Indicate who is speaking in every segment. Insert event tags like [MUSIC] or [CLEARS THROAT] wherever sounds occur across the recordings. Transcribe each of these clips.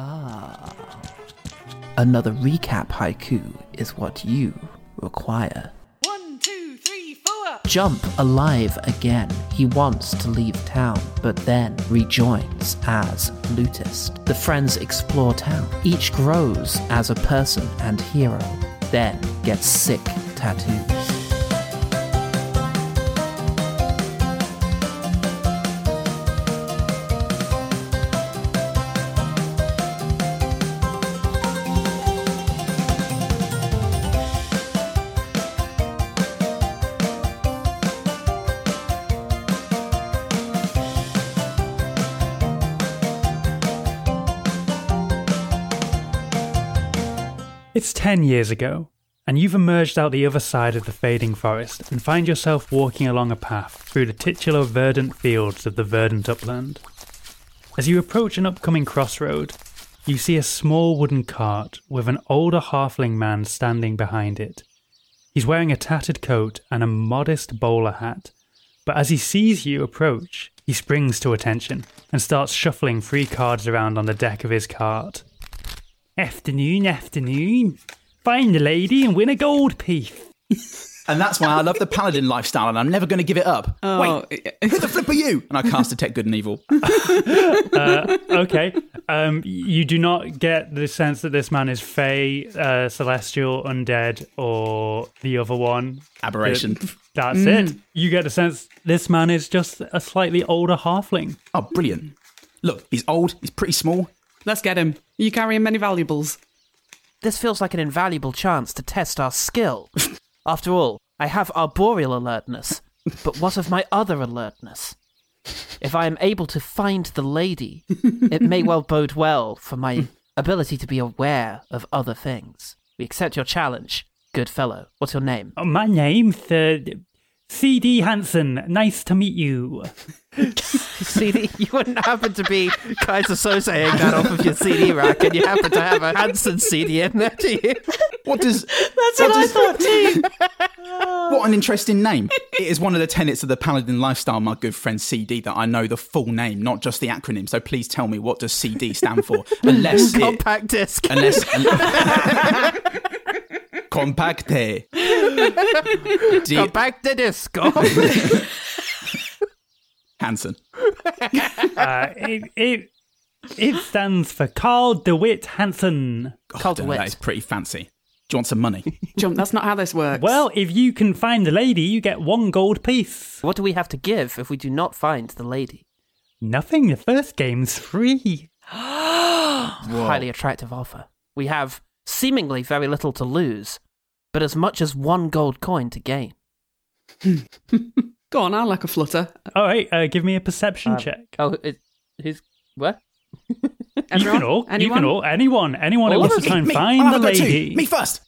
Speaker 1: Ah. Another recap haiku is what you require.
Speaker 2: One, two, three, four.
Speaker 1: Jump alive again. He wants to leave town, but then rejoins as lutist. The friends explore town. Each grows as a person and hero, then gets sick tattoos.
Speaker 3: It's 10 years ago, and you've emerged out the other side of the fading forest and find yourself walking along a path through the titular verdant fields of the verdant upland. As you approach an upcoming crossroad, you see a small wooden cart with an older halfling man standing behind it. He's wearing a tattered coat and a modest bowler hat, but as he sees you approach, he springs to attention and starts shuffling three cards around on the deck of his cart. Afternoon, afternoon. Find the lady and win a gold piece.
Speaker 4: And that's why I love the paladin lifestyle, and I'm never going to give it up.
Speaker 2: Oh, [LAUGHS]
Speaker 4: Who the flip are you? And I cast detect good
Speaker 5: [LAUGHS]
Speaker 4: and evil.
Speaker 3: Okay. Um, you do not get the sense that this man is Fey, uh, Celestial, Undead, or the other one.
Speaker 4: Aberration.
Speaker 3: That's it. You get the sense this man is just a slightly older halfling.
Speaker 4: Oh, brilliant! Look, he's old. He's pretty small.
Speaker 2: let's get him. Are you carrying many valuables?
Speaker 1: This feels like an invaluable chance to test our skill. [LAUGHS] After all, I have arboreal alertness, but what of my other alertness? If I am able to find the lady, it may well bode well for my ability to be aware of other things. We accept your challenge, good fellow. What's your [LAUGHS] name?
Speaker 3: Oh, my name's uh, C.D. Hansen. Nice to meet you.
Speaker 1: CD, you wouldn't happen to be Kaiser Soze that off of your CD rack, and you happen to have a Hanson CD in there, do you?
Speaker 4: What does?
Speaker 5: [LAUGHS] That's what, I
Speaker 4: does-
Speaker 5: thought too.
Speaker 4: [LAUGHS] What an interesting name! It is one of the tenets of the paladin lifestyle, my good friend CD, that I know the full name, not just the acronym. So please tell me what does CD
Speaker 5: [LAUGHS]
Speaker 4: stand for? Unless it,
Speaker 1: Compact disc.
Speaker 4: unless [LAUGHS] compacte. D-
Speaker 1: Compact the [LAUGHS] disc. Oh,
Speaker 4: Hansen.
Speaker 3: Uh, it, it, it stands for Carl DeWitt Hansen.
Speaker 1: Called
Speaker 4: Dunno, Oh, That is
Speaker 1: wit.
Speaker 4: pretty fancy. Do you want some money?
Speaker 2: Jump. That's not how this works.
Speaker 3: Well, if you can find the lady, you get one gold piece.
Speaker 1: What do we have to give if we do not find the lady?
Speaker 3: Nothing, the first game's free.
Speaker 1: Highly attractive offer. We have seemingly very little to lose, but as much as one gold coin to gain.
Speaker 2: go on. I like a flutter.
Speaker 3: All right, uh, give me a perception
Speaker 1: Um,
Speaker 3: check.
Speaker 1: Oh, it, who's what?
Speaker 2: Everyone?
Speaker 3: you can all,
Speaker 2: Anyone?
Speaker 3: you can all, anyone, anyone
Speaker 1: All
Speaker 3: who
Speaker 1: of
Speaker 3: wants
Speaker 1: us?
Speaker 3: to try and
Speaker 4: me,
Speaker 3: find
Speaker 4: I'll
Speaker 3: the
Speaker 4: have a go too.
Speaker 3: lady.
Speaker 4: Me first.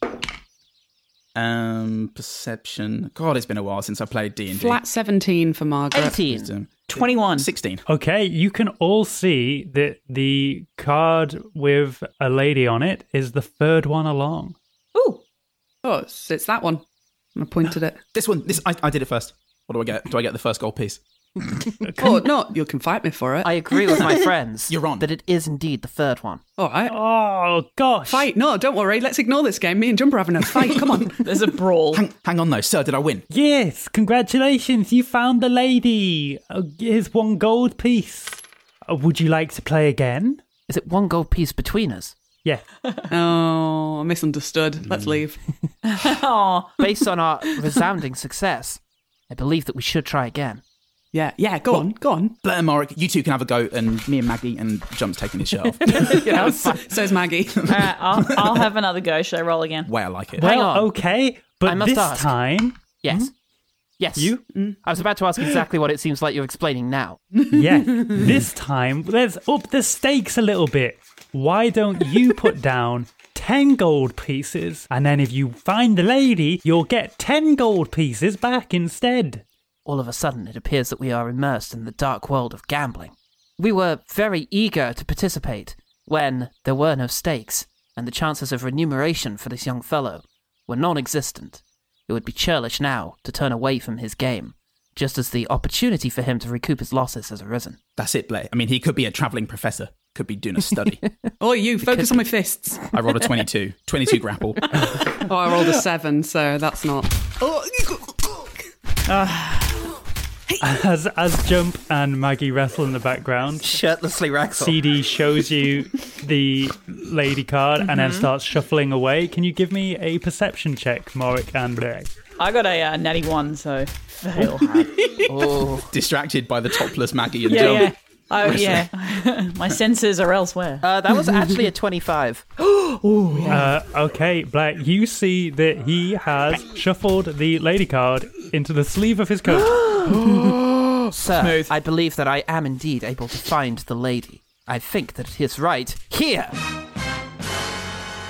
Speaker 4: Um, perception. God, it's been a while since I played D and D.
Speaker 2: Flat seventeen for Margaret.
Speaker 1: Eighteen.
Speaker 4: Wisdom.
Speaker 5: 21.
Speaker 4: Sixteen.
Speaker 3: Okay, you can all see that the card with a lady on it is the third one along.
Speaker 2: Ooh. Oh, it's, it's that one. And I pointed
Speaker 3: [LAUGHS]
Speaker 2: it.
Speaker 4: This one. This I, I did it first. What do I get? Do I get the first gold piece?
Speaker 2: oh no, you can fight me for it.
Speaker 1: I agree with
Speaker 4: [LAUGHS]
Speaker 1: my friends.
Speaker 4: You're on.
Speaker 1: That it is indeed the third one.
Speaker 2: all right.
Speaker 3: Oh gosh!
Speaker 2: Fight. No, don't worry. Let's ignore this game. Me and Jumper are having a fight.
Speaker 3: [LAUGHS]
Speaker 2: Come on.
Speaker 5: There's a brawl.
Speaker 4: Hang, hang on though, sir. Did I win?
Speaker 3: Yes, congratulations, you found the lady. Uh, Here's one gold piece. Uh, Would you like to play again?
Speaker 1: Is it one gold piece between us?
Speaker 3: Yeah.
Speaker 2: Oh, I misunderstood.
Speaker 3: Hmm.
Speaker 2: Let's leave.
Speaker 5: Aw. uh,
Speaker 1: Based on
Speaker 4: [LAUGHS]
Speaker 1: our resounding success, I believe that we should try again.
Speaker 2: Yeah, yeah. Go on. Go on.
Speaker 4: Blair and Marek, you two can have a go, and me and Maggie and Jump's taking
Speaker 1: [LAUGHS]
Speaker 4: his shirt off.
Speaker 3: [LAUGHS]
Speaker 2: Says Maggie.
Speaker 5: All right, I'll, I'll have another go. Should I roll again?
Speaker 4: Way I like it.
Speaker 1: Hang
Speaker 3: well,
Speaker 1: on.
Speaker 3: okay, but
Speaker 1: I must
Speaker 3: this
Speaker 1: ask.
Speaker 3: time,
Speaker 1: Yes.
Speaker 4: Mm-hmm.
Speaker 1: Yes.
Speaker 3: you
Speaker 1: I was about to ask exactly what it seems like you're explaining now.
Speaker 3: Yeah, this time let's up the stakes a little bit. Why don't you put down 10 gold pieces and then if you find the lady, you'll get 10 gold pieces back instead?
Speaker 1: All of a sudden, it appears that we are immersed in the dark world of gambling. We were very eager to participate when there were no stakes, and the chances of remuneration for this young fellow were non existent. It would be churlish now to turn away from his game, just as the opportunity for him to recoup his losses has arisen.
Speaker 4: That's it, Blair. I mean, he could be a travelling professor. Could be doing a study.
Speaker 2: Oh, you focus on my fists.
Speaker 4: I rolled a 22.
Speaker 1: [LAUGHS]
Speaker 4: 22 grapple.
Speaker 2: Oh, I
Speaker 3: [LAUGHS]
Speaker 2: rolled a seven, so that's not.
Speaker 4: Oh,
Speaker 3: As as Jump and Maggie wrestle in the background,
Speaker 1: Shirtlessly Raxel.
Speaker 3: CD shows you the lady card and then starts shuffling away. Can you give me a perception check, Morik and Ray?
Speaker 5: I got a uh, natty one, so fail.
Speaker 4: Distracted by the topless Maggie and
Speaker 5: yeah,
Speaker 4: John.
Speaker 5: yeah. Oh, yeah. [LAUGHS] My senses are elsewhere.
Speaker 1: Uh, that was [LAUGHS] actually a 25.
Speaker 3: Uh, okay, Black, you see that he has shuffled the lady card into the sleeve of his coat.
Speaker 1: Sir, I believe that I am indeed able to find the lady. I think that it is right here.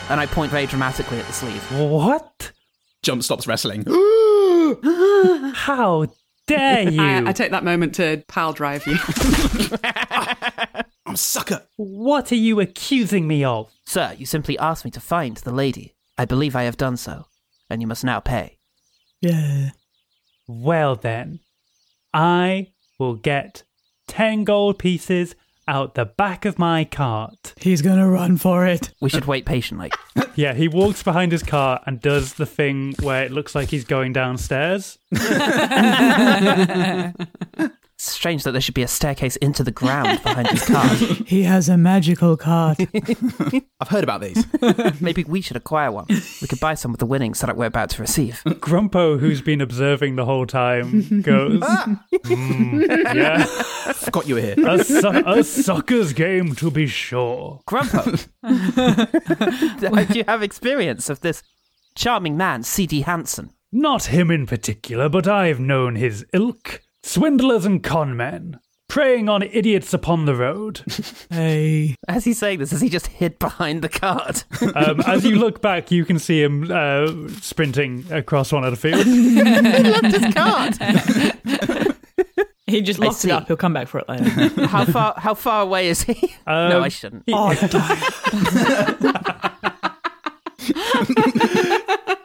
Speaker 1: And I point very dramatically at the sleeve.
Speaker 3: what?
Speaker 4: [GASPS] Jump stops wrestling. [GASPS]
Speaker 3: How dare you?
Speaker 2: [LAUGHS] I, I take that moment to pile drive you.
Speaker 4: I'm a sucker.
Speaker 3: what are you accusing me of?
Speaker 1: Sir, you simply asked me to find the lady. I believe I have done so, and you must now pay.
Speaker 3: Well, then, I will get 10 gold pieces out the back of my cart.
Speaker 6: He's gonna run for it.
Speaker 1: We should wait patiently.
Speaker 3: Yeah, he walks behind his cart and does the thing where it looks like he's going downstairs.
Speaker 1: It's strange that there should be a staircase into the ground behind his car.
Speaker 6: He has a magical card.
Speaker 4: I've heard about these.
Speaker 1: Maybe we should acquire one. We could buy some of the winnings that we're about to receive.
Speaker 3: Grumpo, who's been observing the whole time,
Speaker 2: [LAUGHS]
Speaker 3: goes, "Mm, Yeah,
Speaker 4: Forgot you were here.
Speaker 3: a, su- a sucker's game to be sure.
Speaker 1: Grumpo, do you have experience of this charming man, C.D. Hansen?
Speaker 3: Not him in particular, but I've known his ilk. Swindlers and con men, preying on idiots upon the road.
Speaker 6: hey,
Speaker 1: As he's saying this, is he just hid behind the card?
Speaker 3: Um, as you look back, you can see him uh, sprinting across one of the fields.
Speaker 1: His card.
Speaker 5: He just locked
Speaker 1: see.
Speaker 5: it up. He'll come back for it
Speaker 4: [LAUGHS]
Speaker 5: later.
Speaker 1: How far? How far away is he? no, I shouldn't. [LAUGHS]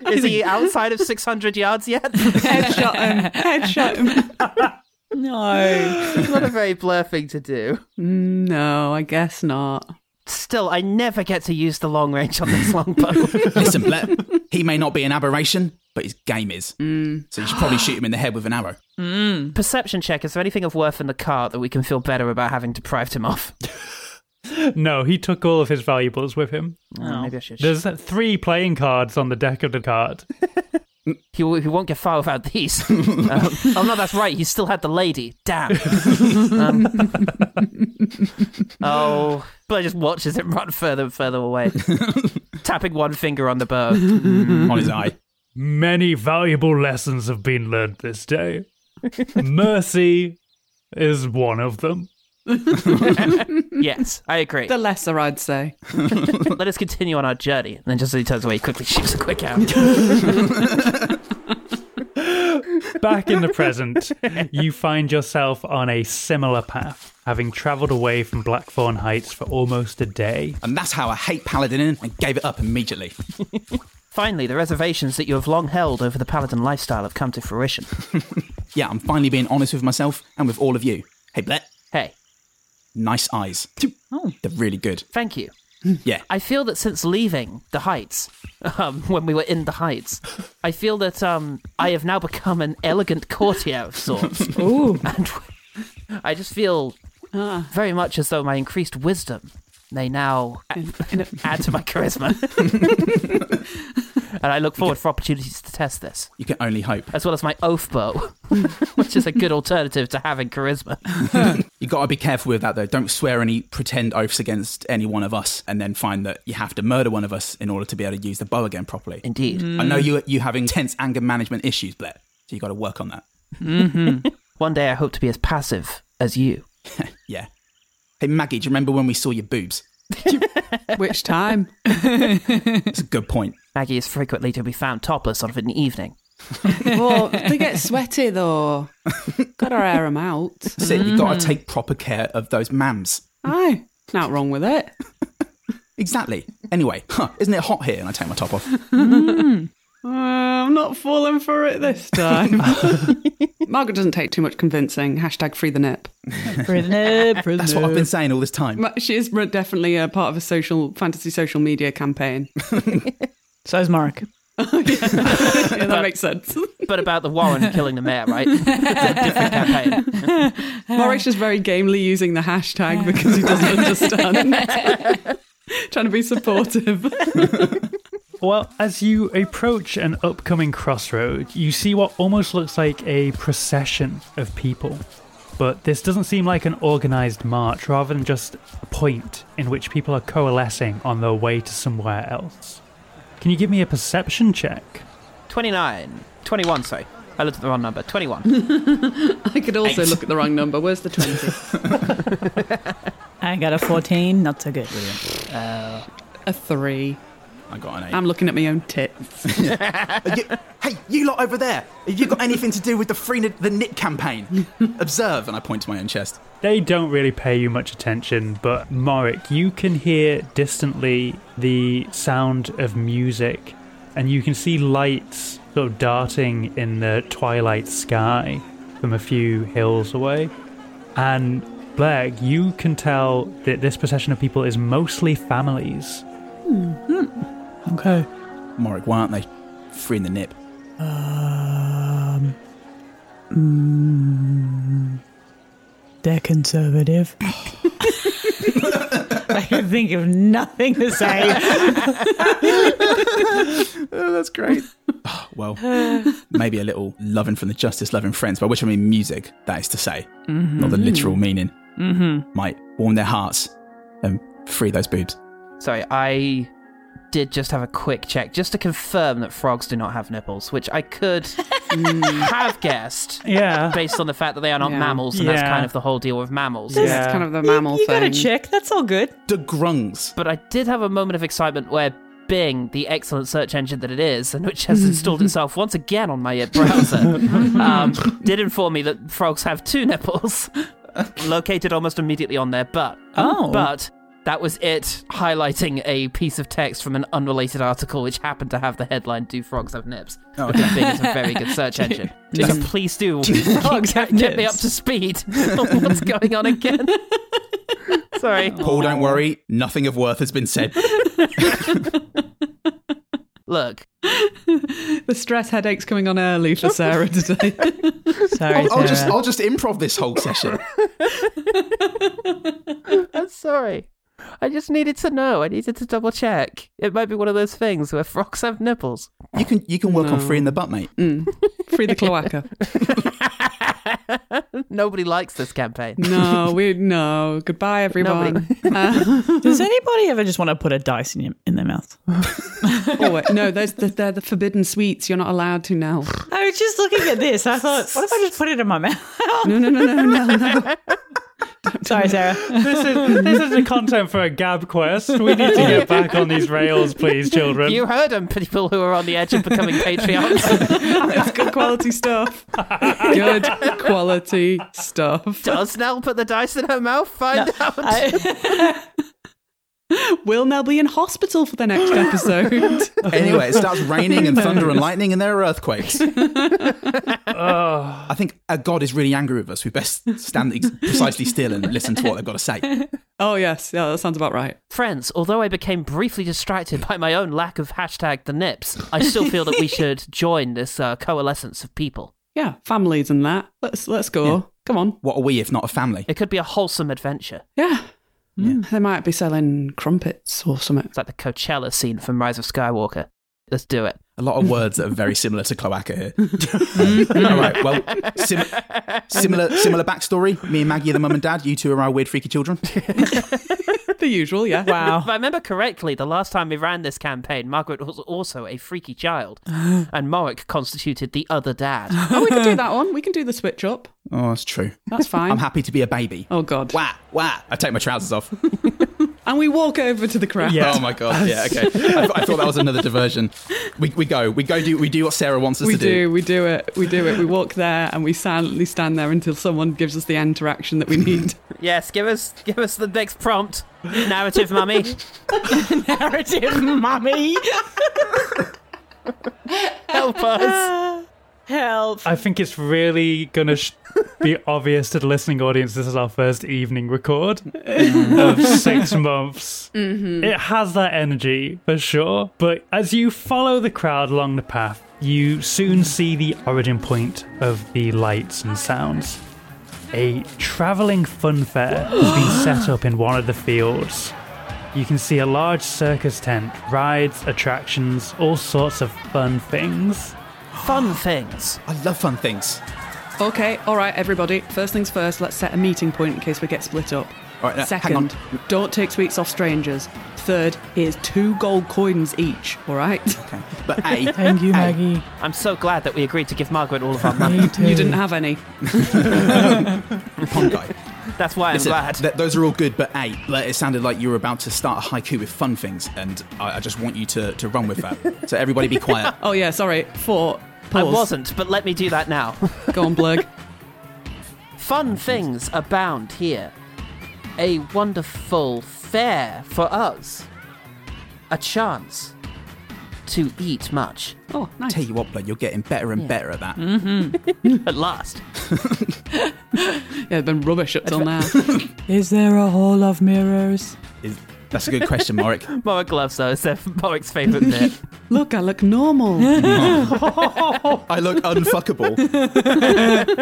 Speaker 1: Is he outside of six hundred yards yet?
Speaker 2: Headshot [LAUGHS] him. Headshot him.
Speaker 5: no.
Speaker 1: it's not a very blur thing to do.
Speaker 2: No, I guess not.
Speaker 1: Still, I never get to use the long range on this longbow.
Speaker 4: Listen, Blair, he may not be an aberration, but his game is. So you should probably shoot him in the head with an arrow.
Speaker 1: Perception check. Is there anything of worth in the cart that we can feel better about having deprived him of?
Speaker 3: no, he took all of his valuables with him.
Speaker 1: Oh, maybe I should.
Speaker 3: There's three playing cards on the deck of the cart.
Speaker 1: He, w- he won't get far without these. um, oh no, that's right. He still had the lady. Damn. um, oh, but I just watches him run further and further away, tapping one finger on the bow.
Speaker 4: On his eye.
Speaker 3: Many valuable lessons have been learned this day. Mercy is one of them.
Speaker 1: Yes, I agree.
Speaker 2: The lesser, I'd say.
Speaker 1: Let us continue on our journey. And then just as he turns away, he quickly shoots a quick arrow.
Speaker 3: Back in the present, you find yourself on a similar path, having travelled away from Blackthorn Heights for almost a day.
Speaker 4: And that's how I hate Paladin and gave it up immediately.
Speaker 1: Finally, the reservations that you have long held over the paladin lifestyle have come to fruition.
Speaker 4: Yeah, I'm finally being honest with myself and with all of you. Hey, Blair,
Speaker 1: Hey,
Speaker 4: nice eyes. They're really good.
Speaker 1: thank you.
Speaker 4: Yeah.
Speaker 1: I feel that since leaving the Heights, [LAUGHS] um, when we were in the Heights, I feel that um, I have now become an elegant courtier of sorts. Ooh. [LAUGHS] And I just feel very much as though my increased wisdom may now [LAUGHS] add to my charisma. and I look forward for opportunities to test this,
Speaker 4: You can only hope.
Speaker 1: as well as my oath bow, [LAUGHS] which is a good alternative to having charisma.
Speaker 4: You gotta be careful with that though. Don't swear any pretend oaths against any one of us and then find that you have to murder one of us in order to be able to use the bow again properly.
Speaker 1: Indeed.
Speaker 4: I know you you have intense anger management issues, Blair. So you gotta work on that.
Speaker 1: One day I hope to be as passive as you.
Speaker 4: Yeah. Hey Maggie, do you remember when we saw your boobs?
Speaker 2: Which time?
Speaker 4: That's a good point.
Speaker 1: Maggie is frequently to be found topless on an evening.
Speaker 2: Well, they get sweaty though. Gotta air them out.
Speaker 4: That's it. You gotta take proper care of those mams.
Speaker 2: Aye, not wrong with it.
Speaker 4: Exactly. Anyway, huh, isn't it hot here? And I take my top off.
Speaker 2: Uh, I'm not [LAUGHS] falling for it this time. Margaret doesn't take too much convincing. Hashtag free the nip.
Speaker 5: prisoner, prisoner.
Speaker 4: [LAUGHS] That's what I've been saying all this time.
Speaker 2: But She is re- definitely a part of a social fantasy social media [LAUGHS] campaign.
Speaker 5: So is Mark.
Speaker 2: yeah, that makes [LAUGHS] sense.
Speaker 1: But about the Warren killing the mayor, right? It's a different campaign.
Speaker 2: Morris is very gamely using the hashtag because he [LAUGHS] doesn't understand. [LAUGHS] Trying to be supportive.
Speaker 3: Well, as you approach an upcoming crossroad, you see what almost looks like a procession of people. But this doesn't seem like an organized march, rather than just a point in which people are coalescing on their way to somewhere else. Can you give me a perception check?
Speaker 1: 29. 21, sorry. I looked at the wrong number. 21.
Speaker 2: I could also look at the wrong number. Where's the 20?
Speaker 5: I got a 14. Not so good.
Speaker 2: A three.
Speaker 4: I got an eight.
Speaker 2: I'm looking at my own tits.
Speaker 4: Are you- hey, you lot over there! Have you got anything to do with the Free Ni- the Nick campaign? Observe, and I point to my own chest.
Speaker 3: They don't really pay you much attention, but Morik, you can hear distantly the sound of music, and you can see lights sort of darting in the twilight sky from a few hills away. And Blair, you can tell that this procession of people is mostly families.
Speaker 6: Okay.
Speaker 4: Morik, why aren't they free in the nip?
Speaker 6: Um. mm, they're
Speaker 5: [LAUGHS]
Speaker 6: conservative.
Speaker 5: I can think of nothing to
Speaker 4: [LAUGHS]
Speaker 5: say.
Speaker 4: Oh, that's great. [LAUGHS] well, maybe a little loving from the justice loving friends, by which I mean music, that is to say, not the literal meaning. Mm-hmm. Might warm their hearts and free those boobs.
Speaker 1: sorry, I did just have a quick check just to confirm that frogs do not have nipples, which I could have guessed
Speaker 3: Yeah.
Speaker 1: based on the fact that they are not
Speaker 2: Yeah.
Speaker 1: mammals, and that's
Speaker 3: Yeah.
Speaker 1: kind of the whole deal with mammals.
Speaker 3: Yeah.
Speaker 2: It's kind of the mammal
Speaker 5: you
Speaker 2: thing.
Speaker 5: got to check. That's all good.
Speaker 4: The grungs.
Speaker 1: But I did have a moment of excitement where Bing, the excellent search engine that it is, and which has installed itself once again on my browser, um, did inform me that frogs have two nipples located almost immediately on their butt.
Speaker 5: Oh.
Speaker 1: But that was it highlighting a piece of text from an unrelated article which happened to have the headline Do Frogs Have Nips?
Speaker 4: Oh,
Speaker 1: Because Bing is a very good search engine. So please do [LAUGHS] keep,
Speaker 5: frogs have
Speaker 1: get me
Speaker 5: nips?
Speaker 1: up to speed [LAUGHS] on what's going on again. Sorry.
Speaker 4: Paul, don't worry. Nothing of worth has been [LAUGHS] said.
Speaker 1: Look,
Speaker 2: The stress headache's coming on early for Sarah today.
Speaker 5: Sorry,
Speaker 4: I'll, I'll just
Speaker 5: Sarah.
Speaker 4: I'll just improv this whole session.
Speaker 1: I'm sorry. I just needed to know. I needed to double check. It might be one of those things where frogs have nipples. [LAUGHS]
Speaker 4: You can you can work on free in the butt, mate.
Speaker 2: Free the cloaca.
Speaker 1: Nobody likes this campaign.
Speaker 2: No, we no. Goodbye, everyone. [LAUGHS] Uh,
Speaker 5: Does anybody ever just want to put a dice in, your, in their mouth?
Speaker 2: oh, wait, no, those the, they're the forbidden sweets. You're not allowed to now.
Speaker 5: I was just looking at this. I thought, what if I just put it in my mouth? [LAUGHS]
Speaker 2: No, no, no, no, no, no.
Speaker 5: Sorry, [LAUGHS] Sarah.
Speaker 3: This is this is the content for a gab quest. We need to get back on these rails, please, children.
Speaker 1: You heard them, people who are on the edge of becoming patriarchs.
Speaker 2: It's good quality stuff. Good quality stuff.
Speaker 1: Does Nell put the dice in her mouth? Find out. [LAUGHS]
Speaker 2: Will now be in hospital for the next episode.
Speaker 4: Anyway, it starts raining and thunder and lightning, and there are earthquakes. I think a god is really angry with us. We best stand ex- precisely still and listen to what they've got to say.
Speaker 2: oh yes, yeah, that sounds about right.
Speaker 1: Friends, although I became briefly distracted by my own lack of hashtag the nips, I still feel that we should join this uh, coalescence of people.
Speaker 2: Yeah, families and that. Let's let's go. Come on.
Speaker 4: What are we if not a family?
Speaker 1: It could be a wholesome adventure.
Speaker 2: Yeah. Hmm. They might be selling crumpets or something.
Speaker 1: It's like the Coachella scene from Rise of Skywalker. Let's do it.
Speaker 4: A lot of words that are very similar to cloaca here. Um, all right, well, sim- similar similar backstory. Me and Maggie are the mum and dad. You two are our weird freaky children.
Speaker 2: the usual, yeah.
Speaker 5: Wow.
Speaker 1: If I remember correctly, the last time we ran this campaign, Margaret was also a freaky
Speaker 4: [GASPS]
Speaker 1: child, and Morik constituted the other
Speaker 4: [LAUGHS]
Speaker 1: dad.
Speaker 2: [LAUGHS] Oh, we can do that one. We can do the switch up.
Speaker 4: Oh, that's true.
Speaker 2: That's fine.
Speaker 4: I'm happy to be a baby.
Speaker 2: oh god.
Speaker 4: Wah, wah. I take my trousers off.
Speaker 2: And we walk over to the crowd.
Speaker 3: Yeah.
Speaker 4: Oh my god! Yeah, okay. I, th- I thought that was another diversion. We, we go, we go do we do what Sarah wants us
Speaker 2: We
Speaker 4: to do.
Speaker 2: do, we do it, we do it. We walk there and we silently stand there until someone gives us the interaction that we need.
Speaker 1: yes, give us give us the next prompt. Narrative mummy.
Speaker 5: [LAUGHS] Narrative mummy.
Speaker 4: [LAUGHS]
Speaker 1: Help us.
Speaker 7: Help.
Speaker 3: I think it's really gonna sh- be obvious to the listening audience. This is our first evening record of six [LAUGHS] months. It has that energy for sure. But as you follow the crowd along the path, you soon see the origin point of the lights and sounds. A traveling fun fair has been set up in one of the fields. You can see a large circus tent, rides, attractions, all sorts of fun things.
Speaker 1: Fun things.
Speaker 4: I love fun things.
Speaker 2: Okay, all right, everybody. First things first, let's set a meeting point in case we get split up.
Speaker 4: All right, now, hang on.
Speaker 2: Second, don't take sweets off strangers. Third, here's two gold coins each, all right?
Speaker 4: Okay. But A,
Speaker 6: Thank you, Maggie.
Speaker 1: I'm so glad that we agreed to give Margaret all of our money.
Speaker 6: Me too.
Speaker 2: Um, You didn't have any.
Speaker 4: pond guy.
Speaker 1: That's why I'm
Speaker 4: Listen,
Speaker 1: glad.
Speaker 4: th- those are all good, but A, but it sounded like you were about to start a haiku with fun things, and I, I just want you to, to run with that. so everybody be quiet. [LAUGHS]
Speaker 2: Oh, yeah, sorry. Four,
Speaker 1: I
Speaker 2: pause.
Speaker 1: wasn't, but let me do that
Speaker 4: [LAUGHS]
Speaker 1: now.
Speaker 2: Go on, Blurg.
Speaker 1: Fun things abound here. A wonderful fair for us. A chance to eat much. [LAUGHS]
Speaker 2: Oh, nice.
Speaker 4: Tell you what, blood, you're getting better and better at that.
Speaker 1: At last.
Speaker 2: Yeah, it's been rubbish up till now.
Speaker 6: Is there a hall of mirrors?
Speaker 5: [LAUGHS]
Speaker 4: Is- that's a good question, Marek. [LAUGHS]
Speaker 1: Marek loves those. They're Marek's favourite bit.
Speaker 2: Look, I look normal.
Speaker 4: I look unfuckable.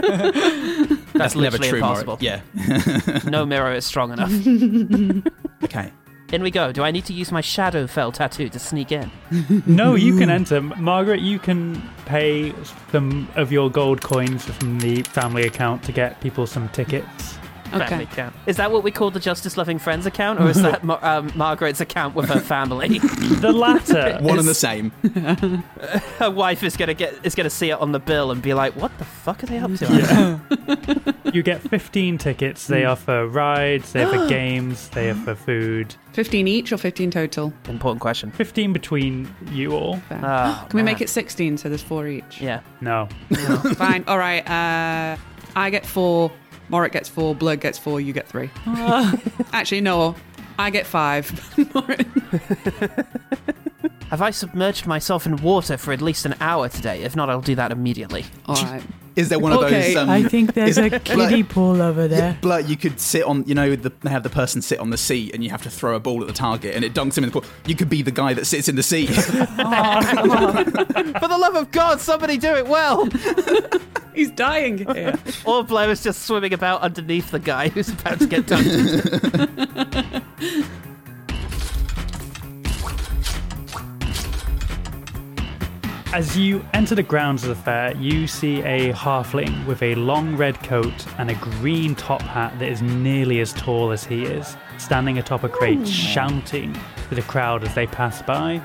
Speaker 1: That's,
Speaker 4: Never
Speaker 1: literally
Speaker 4: true,
Speaker 1: impossible.
Speaker 4: Marek. Yeah.
Speaker 1: No mirror is strong
Speaker 4: [LAUGHS]
Speaker 1: enough.
Speaker 4: Okay.
Speaker 1: In we go. Do I need to use my Shadowfell tattoo to sneak in?
Speaker 3: No, you can enter. Margaret, you can pay some of your gold coins from the family account to get people some tickets.
Speaker 1: Family
Speaker 2: Okay.
Speaker 1: account. Is that what we call the Justice Loving Friends account, or is that Mar- um, Margaret's account with
Speaker 4: [LAUGHS]
Speaker 1: her family? [LAUGHS]
Speaker 3: The latter.
Speaker 4: One and the
Speaker 3: is-
Speaker 4: same.
Speaker 1: her wife is gonna get is gonna see it on the bill and be like, "What the fuck are they up to?"
Speaker 3: You get 15 tickets. They are for rides, they are for games, they are for food.
Speaker 2: 15 each or 15 total?
Speaker 1: [LAUGHS] Important question.
Speaker 3: 15 between you all.
Speaker 1: Oh,
Speaker 2: [GASPS] Can we
Speaker 1: man.
Speaker 2: make it 16 so there's four each?
Speaker 1: Yeah.
Speaker 3: No.
Speaker 2: Fine. All right. Uh, I get four. Morit gets four. Blurg gets four. You get three. Actually, no. I get five. Morit-
Speaker 1: Have I submerged myself in water for at least an hour today? If not, I'll do that
Speaker 2: [LAUGHS]
Speaker 1: immediately. [LAUGHS]
Speaker 2: All right.
Speaker 4: Is there one of
Speaker 2: Okay,
Speaker 4: those? Um,
Speaker 6: I think there's
Speaker 2: [LAUGHS]
Speaker 6: a kiddie pool over there.
Speaker 4: Blood, you could sit on, you know, the, they have the person sit on the seat and you have to throw a ball at the target and it dunks him in the pool. You could be the guy that sits in the seat.
Speaker 1: For the love of God, somebody do it well!
Speaker 2: He's dying here.
Speaker 1: or Blair is just swimming about underneath the guy who's about to get dunked.
Speaker 3: As you enter the grounds of the fair, you see a halfling with a long red coat and a green top hat that is nearly as tall as he is, standing atop a crate, shouting to the crowd as they pass by.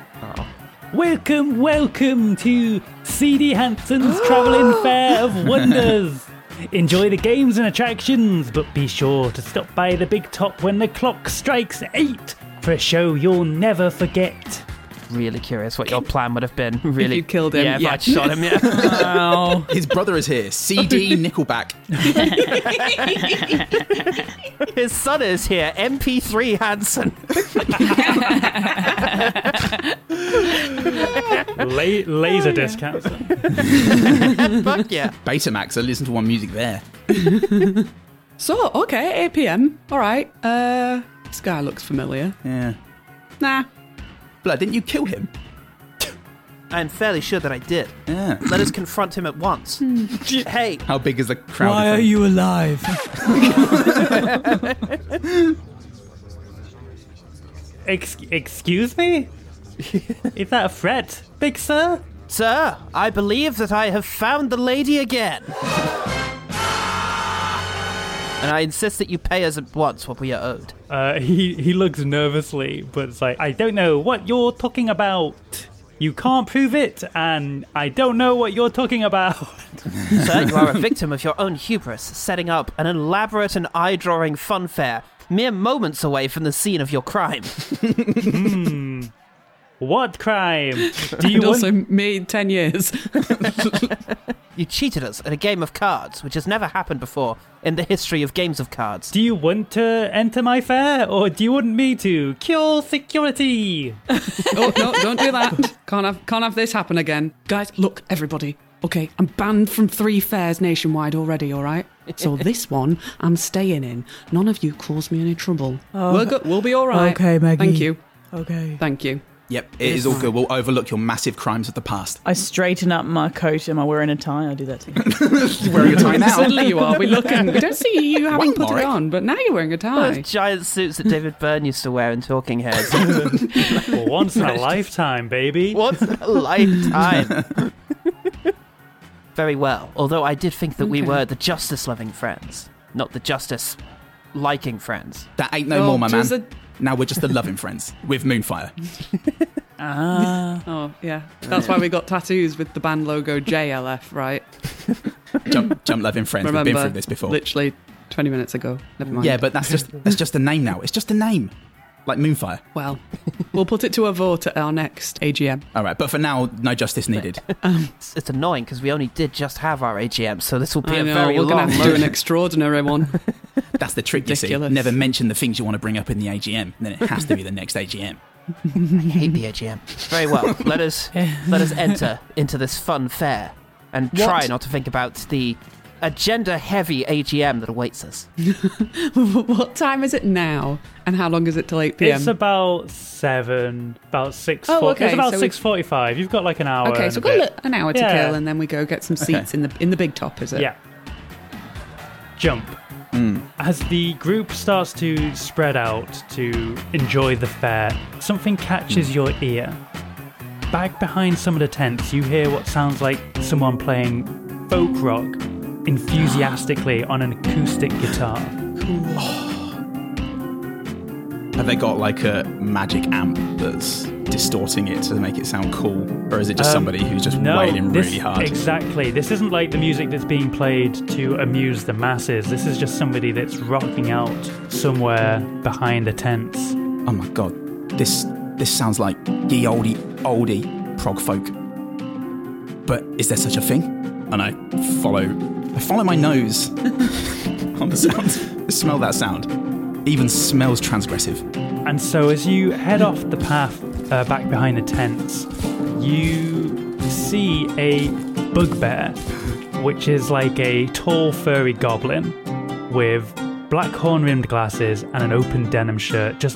Speaker 3: Welcome, welcome to C.D. Hanson's Travelling Fair of Wonders. Enjoy the games and attractions, but be sure to stop by the big top when the clock strikes eight for a show you'll never forget.
Speaker 1: [LAUGHS] really curious what your plan would have been. Really,
Speaker 2: you killed him,
Speaker 1: Yeah, if
Speaker 2: yeah.
Speaker 1: I'd shot him.
Speaker 2: [LAUGHS]
Speaker 1: Yeah.
Speaker 5: Wow.
Speaker 4: His brother is here, CD Nickelback.
Speaker 1: His son is here, MP3 [LAUGHS] Hanson.
Speaker 3: La- laser disc Hanson.
Speaker 1: Fuck yeah.
Speaker 4: Betamax, I listen to one music there.
Speaker 2: So, okay, 8 p.m. All right. Uh, this guy looks familiar.
Speaker 4: Yeah.
Speaker 2: Nah.
Speaker 4: Blood, didn't you kill him?
Speaker 1: I'm fairly sure that I did.
Speaker 4: Yeah.
Speaker 1: Let us confront him at
Speaker 2: [LAUGHS]
Speaker 1: once. hey,
Speaker 4: How big is the crowd?
Speaker 6: Why
Speaker 4: if
Speaker 6: are
Speaker 4: they-
Speaker 6: you
Speaker 3: [LAUGHS]
Speaker 6: alive?
Speaker 3: Ex- excuse me? Is that a threat, big sir?
Speaker 1: sir, I believe that I have found the lady again. And I insist that you pay us at once what we are owed.
Speaker 3: Uh, he he looks nervously, but it's like I don't know what you're talking about. You can't prove it, and I don't know what you're talking about. [LAUGHS]
Speaker 1: Sir, you are a victim of your own hubris, setting up an elaborate and eye drawing fun fair, mere moments away from the scene of your crime.
Speaker 6: [LAUGHS]
Speaker 3: What crime? Do you
Speaker 2: And
Speaker 3: want?
Speaker 2: also made 10 years.
Speaker 1: You cheated us at a game of cards, which has never happened before in the history of games of cards.
Speaker 3: Do you want to enter my fair, or do you want me to kill security?
Speaker 6: [LAUGHS]
Speaker 2: oh, no, don't do that. Can't have, can't have this happen again. Guys, look, everybody. Okay, I'm banned from three fairs nationwide already, all right?
Speaker 6: [LAUGHS]
Speaker 2: So this one, I'm staying in. None of you cause me any trouble.
Speaker 6: Oh,
Speaker 2: we'll, go- we'll be all right.
Speaker 6: okay, Maggie.
Speaker 2: Thank you.
Speaker 6: Okay.
Speaker 2: Thank you.
Speaker 4: Yep, it is all good. We'll overlook your massive crimes of the past.
Speaker 5: [LAUGHS] I straighten up my coat. Am I wearing a tie? I do that too.
Speaker 6: [LAUGHS]
Speaker 4: You're wearing a tie now.
Speaker 2: Suddenly you are. We look and we don't see you having
Speaker 4: Wow,
Speaker 2: put
Speaker 4: Marek.
Speaker 2: it on, but now you're
Speaker 6: Oh,
Speaker 2: wearing a tie.
Speaker 1: Those giant suits that David Byrne used to wear in Talking Heads.
Speaker 2: [LAUGHS]
Speaker 3: For once in a lifetime, baby.
Speaker 1: What a lifetime. [LAUGHS] Very well. Although I did think that we
Speaker 2: Okay.
Speaker 1: were the justice loving friends, not the justice liking friends.
Speaker 4: That ain't no
Speaker 2: Oh,
Speaker 4: more, my man.
Speaker 2: just
Speaker 4: Now we're just the loving friends with Moonfire.
Speaker 5: ah.
Speaker 2: Oh, yeah. That's why we got tattoos with the band logo JLF, right?
Speaker 4: Jump, jump, loving friends. We've been
Speaker 2: Remember,
Speaker 4: through this before.
Speaker 2: Literally 20 minutes ago. Never mind.
Speaker 4: Yeah, but that's just that's just a name now. It's just a name, like Moonfire.
Speaker 2: Well, we'll put it to a vote at our next AGM.
Speaker 4: All right, but for now, no justice needed.
Speaker 1: It's, it's annoying because we only did just have our AGM, so this will be
Speaker 2: I
Speaker 1: a
Speaker 2: know,
Speaker 1: very
Speaker 2: we're
Speaker 1: long
Speaker 2: going to have to do an
Speaker 1: motion.
Speaker 3: [LAUGHS]
Speaker 2: extraordinary one. [LAUGHS]
Speaker 4: That's the trick, you
Speaker 2: Ridiculous.
Speaker 4: see. Never mention the things you want to bring up in the AGM. Then it has to be the next AGM.
Speaker 1: I hate the AGM. Very well. Let us let us enter into this fun fair and try not to think about the agenda heavy AGM that awaits us.
Speaker 2: what time is it now? And how long is it till 8 p.m.?
Speaker 3: It's about seven, about six.
Speaker 2: Oh,
Speaker 3: four- It's
Speaker 2: okay,
Speaker 3: about
Speaker 2: so we-
Speaker 3: six forty-five. You've got like an hour.
Speaker 2: okay,
Speaker 3: and
Speaker 2: so
Speaker 3: a
Speaker 2: we've got a
Speaker 3: bit.
Speaker 2: li- an hour to
Speaker 3: Yeah.
Speaker 2: kill, and then we go get some seats in the in the big top, is it?
Speaker 3: Yeah. Jump. As the group starts to spread out to enjoy the fair, something catches your ear. Back behind some of the tents, you hear what sounds like someone playing folk rock enthusiastically on an acoustic guitar.
Speaker 4: Have they got like a magic amp that's distorting it to make it sound cool, or is it just
Speaker 3: Um,
Speaker 4: somebody who's just
Speaker 3: no,
Speaker 4: wailing
Speaker 3: this-
Speaker 4: really hard?
Speaker 3: Exactly. This isn't like the music that's being played to amuse the masses. This is just somebody that's rocking out somewhere behind the tents.
Speaker 4: oh my god, this this sounds like ye oldie oldie prog folk. But is there such a thing? And I follow, I follow my nose [LAUGHS] on the sound. Smell that sound. Even smells transgressive.
Speaker 3: And so, as you head off the path uh, back behind the tents, you see a bugbear, which is like a tall, furry goblin with black horn rimmed glasses and an open denim shirt, just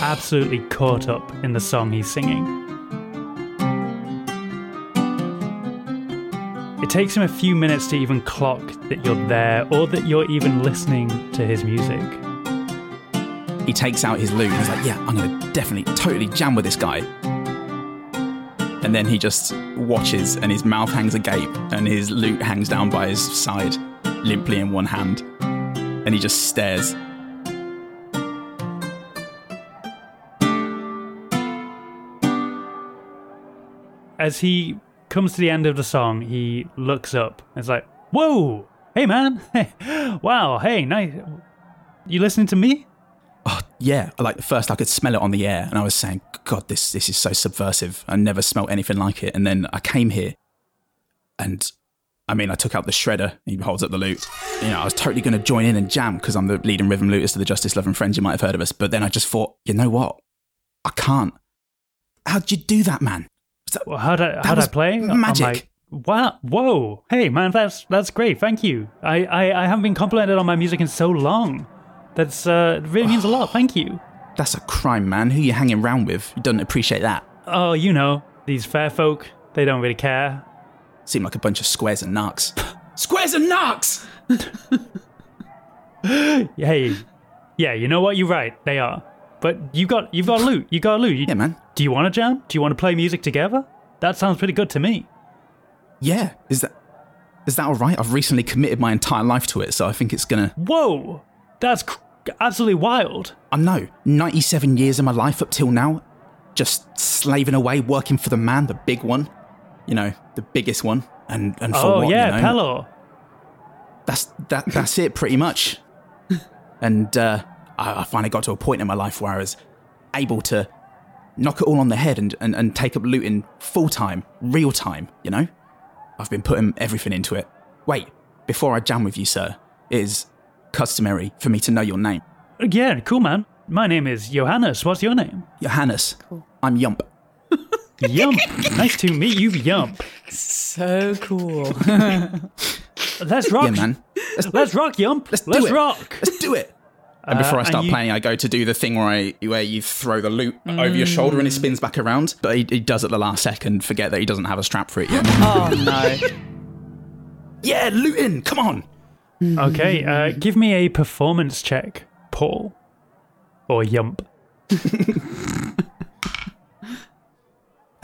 Speaker 3: absolutely caught up in the song he's singing. It takes him a few minutes to even clock that you're there or that you're even listening to his music.
Speaker 4: He takes out his lute and he's like, Yeah, I'm gonna definitely, totally jam with this guy. And then he just watches and his mouth hangs agape and his lute hangs down by his side, limply in one hand. And he just stares.
Speaker 3: as he comes to the end of the song, he looks up and is like, Whoa! Hey, man! [LAUGHS] wow, hey, nice. You listening to me?
Speaker 4: Oh, Yeah, like first I could smell it on the air and I was saying, God, this, this is so subversive. I never smelt anything like it. And then I came here and I mean, I took out the shredder. He holds up the lute. You know, I was totally going to join in and jam because I'm the leading rhythm lutist of the Justice Loving Friends. You might have heard of us. But then I just thought, you know what? I can't. How'd you do that, man? Was that-
Speaker 3: Well, how'd I, how'd
Speaker 4: was
Speaker 3: I play?
Speaker 4: magic.
Speaker 3: I'm like, wow, whoa. Hey, man, that's that's great. Thank you. I, I, I haven't been complimented on my music in so long. That's uh, it really means a lot. Thank you.
Speaker 4: That's a crime, man. Who you hanging around with? You don't appreciate that.
Speaker 3: Oh, you know, these fair folk, they don't really care.
Speaker 4: Seem like a bunch of squares and narcs. [SIGHS] squares and narcs!
Speaker 3: Hey, yeah, you know what? You're right. They are. But you got you've got loot. You got loot. You,
Speaker 4: Yeah, man.
Speaker 3: Do you want to jam? Do you want to play music together? That sounds pretty good to me.
Speaker 4: Yeah. Is that is that all right? I've recently committed my entire life to it, so I think it's gonna.
Speaker 3: Whoa, that's cr- absolutely wild.
Speaker 4: I know. 97 years of my life up till now, just slaving away, working for the man, the big one. You know, the biggest one. And and for
Speaker 3: oh
Speaker 4: what?
Speaker 3: yeah,
Speaker 4: you know?
Speaker 3: Pelor.
Speaker 4: that's that that's it pretty much and uh, I, I finally got to a point in my life where i was able to knock it all on the head and, and, and take up looting full time real time you know i've been putting everything into it wait before i jam with you sir it is customary for me to know your name
Speaker 3: Yeah, cool man. My name is Johannes. What's your name?
Speaker 4: johannes i'm yump [LAUGHS]
Speaker 3: Yump. nice to meet you, Yump.
Speaker 5: So [LAUGHS] cool.
Speaker 3: Let's rock.
Speaker 4: Yeah, man.
Speaker 3: Let's rock, Yump. Let's,
Speaker 4: do it.
Speaker 3: rock.
Speaker 4: Let's do it. And before I
Speaker 3: and
Speaker 4: start
Speaker 3: you-
Speaker 4: playing, I go to do the thing where I where you throw the loop over your shoulder and it spins back around. But he, he does at the last second forget that he doesn't have a strap for it yet.
Speaker 5: Oh no.
Speaker 4: yeah, looting. Come on.
Speaker 3: Okay, uh, give me a performance check, Paul. Or Yump.
Speaker 4: That's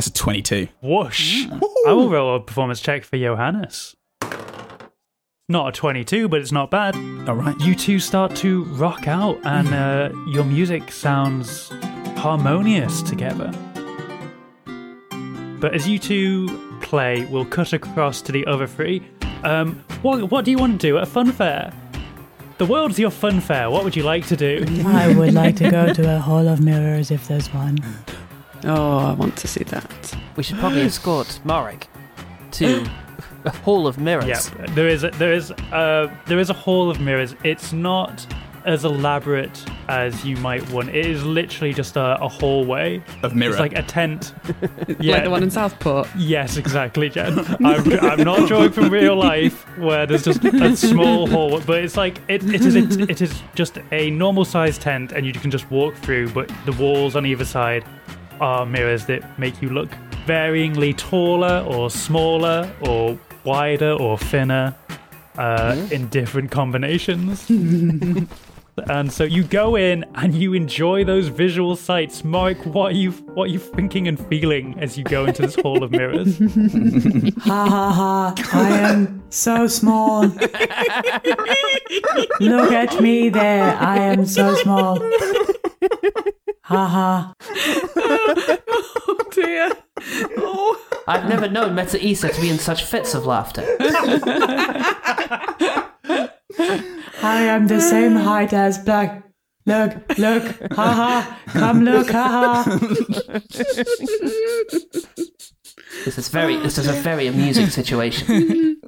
Speaker 4: a twenty-two.
Speaker 3: Whoosh.
Speaker 4: Mm.
Speaker 3: I will roll a performance check for Johannes. Not a 22, but it's not bad.
Speaker 4: All right.
Speaker 3: You two start to rock out, and uh, your music sounds harmonious together. But as you two play, we'll cut across to the other three. Um, what, what do you want to do at a fun fair? The world's your fun fair. What would you like to do?
Speaker 6: I would like to go to a hall of mirrors if there's one.
Speaker 2: Oh, I want to see that.
Speaker 1: We should probably escort Marek to a hall of mirrors.
Speaker 3: Yeah, there is a, there is uh there is a hall of mirrors. It's not as elaborate as you might want. It is literally just a, a hallway.
Speaker 4: Of mirror.
Speaker 3: It's like a tent.
Speaker 2: [LAUGHS] Like the one in Southport.
Speaker 3: Yes, exactly, Jen. I'm, I'm not drawing from real life where there's just a small hallway, but it's like it, it is it, it is just a normal sized tent, and you can just walk through. But the walls on either side are mirrors that make you look varyingly taller or smaller or wider or thinner uh, in different combinations. and so you go in and you enjoy those visual sights. Mike, what are you what are you thinking and feeling as you go into this hall of mirrors?
Speaker 6: Ha ha ha. I am so small. Look at me there. I am so small. Ha ha.
Speaker 2: Oh dear. Oh.
Speaker 1: I've never known Meta Isa to be in such fits of laughter.
Speaker 6: I am the same height as Black. Look, look, ha ha. Come look, ha ha.
Speaker 1: This is very this is a very amusing situation.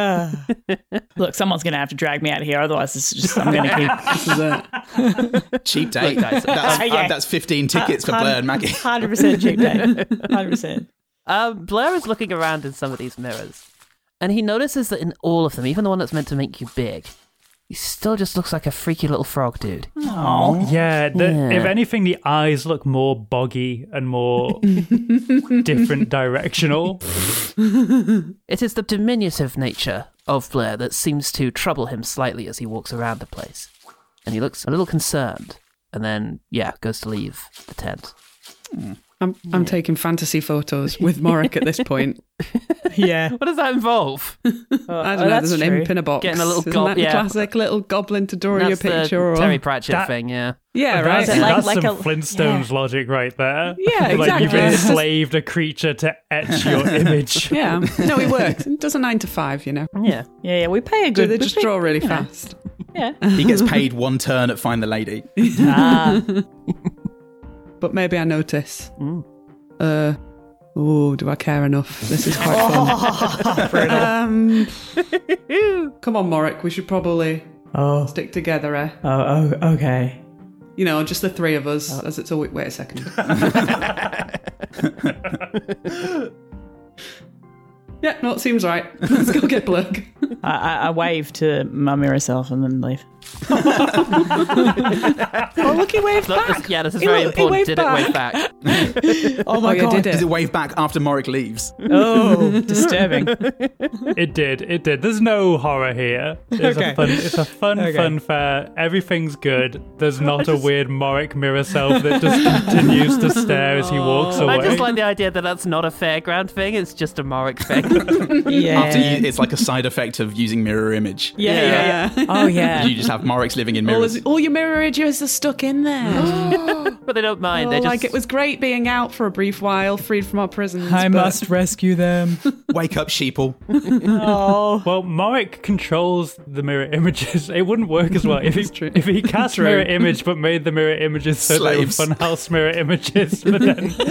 Speaker 5: Look, someone's gonna have to drag me out of here, otherwise it's just
Speaker 4: [LAUGHS]
Speaker 5: I'm gonna keep
Speaker 3: [LAUGHS]
Speaker 4: Cheap date.
Speaker 1: guys,
Speaker 4: that's, uh,
Speaker 5: yeah.
Speaker 4: that's 15 tickets for Blair and Maggie.
Speaker 5: hundred percent cheap day. Hundred percent.
Speaker 1: Um, Blair is looking around in some of these mirrors, and he notices that in all of them, even the one that's meant to make you big, he still just looks like a freaky little frog dude.
Speaker 3: Yeah, the,
Speaker 1: Yeah.
Speaker 3: if anything, the eyes look more boggy and more different directional.
Speaker 1: It is the diminutive nature of Blair that seems to trouble him slightly as he walks around the place, and he looks a little concerned, and then yeah, goes to leave the tent.
Speaker 2: I'm, I'm taking fantasy photos with Morik at this
Speaker 1: [LAUGHS]
Speaker 2: point.
Speaker 5: Yeah.
Speaker 1: What does that [LAUGHS] involve?
Speaker 5: Oh,
Speaker 2: I don't know, there's an imp in a box.
Speaker 1: Oh, Getting a little
Speaker 2: Isn't
Speaker 1: gob-
Speaker 2: that the
Speaker 1: yeah.
Speaker 2: classic little goblin to draw
Speaker 1: That's
Speaker 2: you a picture
Speaker 1: the
Speaker 2: or
Speaker 1: Terry Pratchett
Speaker 3: That-
Speaker 1: thing, yeah.
Speaker 2: Yeah, right.
Speaker 3: That's,
Speaker 5: Is it like-
Speaker 3: that's
Speaker 5: like
Speaker 3: some
Speaker 5: a-
Speaker 3: Flintstones logic right there. [LAUGHS]
Speaker 2: Yeah,
Speaker 3: Like you've
Speaker 2: exactly. It's just-
Speaker 3: enslaved a creature to etch your image.
Speaker 2: [LAUGHS] yeah. No, it works. It does a nine to five,
Speaker 1: [LAUGHS]
Speaker 2: you know.
Speaker 1: Yeah.
Speaker 5: Yeah, yeah. We pay a
Speaker 2: Do
Speaker 5: good
Speaker 2: they
Speaker 5: we
Speaker 2: just
Speaker 5: pay-
Speaker 2: draw really
Speaker 5: you know.
Speaker 2: fast?
Speaker 5: Yeah.
Speaker 4: He gets paid one turn at Find the Lady.
Speaker 5: Ah,
Speaker 2: But maybe I notice. Uh, oh, do I care enough? This is quite fun. um, come on, Morik. We should probably
Speaker 6: Oh,
Speaker 2: stick together, eh?
Speaker 5: Uh.
Speaker 6: oh, oh, okay.
Speaker 2: You know, just the three of us. As it's always. Wait a second. yeah, no, it seems right. [LAUGHS] Let's go get Blurg.
Speaker 5: I, I, I wave to my mirror self and then leave. oh, look, he waved
Speaker 1: Look, this- yeah, this is very
Speaker 5: looked- he
Speaker 1: important.
Speaker 5: waved
Speaker 1: Did it way back?
Speaker 5: Oh
Speaker 2: Oh,
Speaker 5: my
Speaker 2: yeah,
Speaker 5: god.
Speaker 2: did
Speaker 4: [LAUGHS] Does
Speaker 2: it?
Speaker 4: it wave back after Morik leaves?
Speaker 5: Oh, [LAUGHS] disturbing.
Speaker 3: It did. It did. There's no horror here. It's a
Speaker 5: Okay.
Speaker 3: fun, it's a fun, fun fair. Everything's good. There's not a weird Morik mirror self that just continues to stare as he walks away.
Speaker 1: I just like the idea that that's not a fairground thing, it's just a Moric thing. [LAUGHS]
Speaker 5: Yeah.
Speaker 4: After you, it's like a side effect of using mirror image.
Speaker 5: yeah, yeah, yeah.
Speaker 2: Yeah.
Speaker 5: Oh yeah.
Speaker 4: You just have Morik's living in
Speaker 2: All,
Speaker 4: mirrors.
Speaker 2: is, all your mirror images are stuck
Speaker 4: [GASPS]
Speaker 2: in there.
Speaker 1: but they don't mind.
Speaker 2: Oh,
Speaker 1: they just
Speaker 2: Like it was great being out for a brief while, freed from our prisons.
Speaker 6: I
Speaker 2: but-
Speaker 6: must rescue
Speaker 4: [LAUGHS]
Speaker 6: them.
Speaker 4: Wake up, sheeple.
Speaker 3: Well, Morik controls the mirror images. It wouldn't work as well
Speaker 2: [LAUGHS]
Speaker 3: if he
Speaker 2: true.
Speaker 3: if he cast
Speaker 2: True.
Speaker 3: mirror image but made the mirror images so
Speaker 4: Slaves.
Speaker 3: they were funhouse mirror images, but
Speaker 2: [LAUGHS]
Speaker 3: then
Speaker 5: [LAUGHS]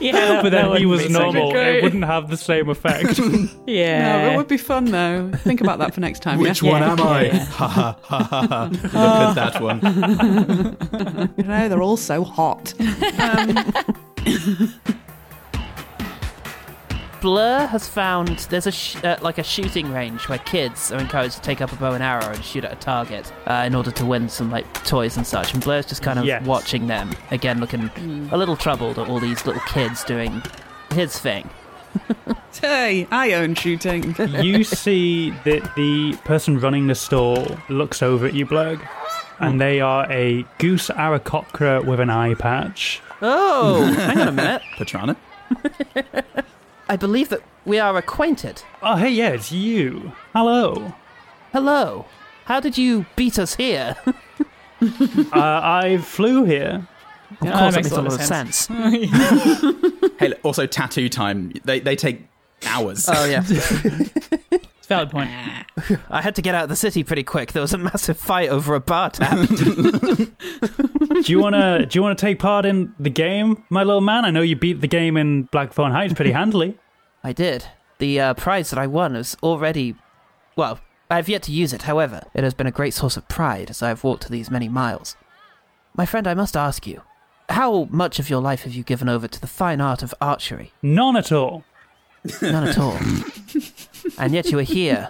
Speaker 5: yeah.
Speaker 3: but then he was normal.
Speaker 2: great.
Speaker 3: It wouldn't have the same
Speaker 2: [LAUGHS]
Speaker 3: effect.
Speaker 5: Yeah.
Speaker 2: No, it would be fun though. Think about that for next time.
Speaker 4: Which
Speaker 2: yeah?
Speaker 4: one am I?
Speaker 5: Yeah.
Speaker 4: [LAUGHS] Ha ha ha Look at that one.
Speaker 2: You know, they're all so hot.
Speaker 1: Blur has found there's a sh- uh, like a shooting range where kids are encouraged to take up a bow and arrow and shoot at a target uh, in order to win some like toys and such. And Blur's just kind of
Speaker 3: Yes.
Speaker 1: watching them again, looking a little troubled at all these little kids doing his thing.
Speaker 2: [LAUGHS] hey, I own shooting.
Speaker 3: you see that the person running the store looks over at you, Blurg, and they are a goose aracocra with an eye patch.
Speaker 1: [LAUGHS] Oh, hang on a minute.
Speaker 4: Patrana?
Speaker 1: I believe that we are acquainted.
Speaker 3: Oh, hey, yeah, it's you.
Speaker 2: [LAUGHS]
Speaker 3: Hello.
Speaker 1: Hello. How did you beat us here? [LAUGHS] Of
Speaker 3: Uh, I flew here.
Speaker 5: Of
Speaker 1: course, it makes a lot of sense.
Speaker 4: Hey, look, also tattoo time. They, they take
Speaker 1: [LAUGHS]
Speaker 4: hours.
Speaker 1: Oh yeah,
Speaker 5: Valid
Speaker 4: [LAUGHS]
Speaker 5: point.
Speaker 1: [LAUGHS] I had to get out of the city pretty quick. There was a massive fight over a bar tab.
Speaker 3: Do you wanna do you wanna take part in the game, my little man? I know you beat the game in Black Phone
Speaker 1: [LAUGHS]
Speaker 3: Heights pretty handily.
Speaker 1: I did. The uh, prize that I won is already, well, I have yet to use it. However, it has been a great source of pride as I have walked these many miles. My friend, I must ask you, how much of your life have you given over to the fine art of archery?
Speaker 3: None at all.
Speaker 1: None at
Speaker 3: [LAUGHS]
Speaker 1: all. and yet you are here,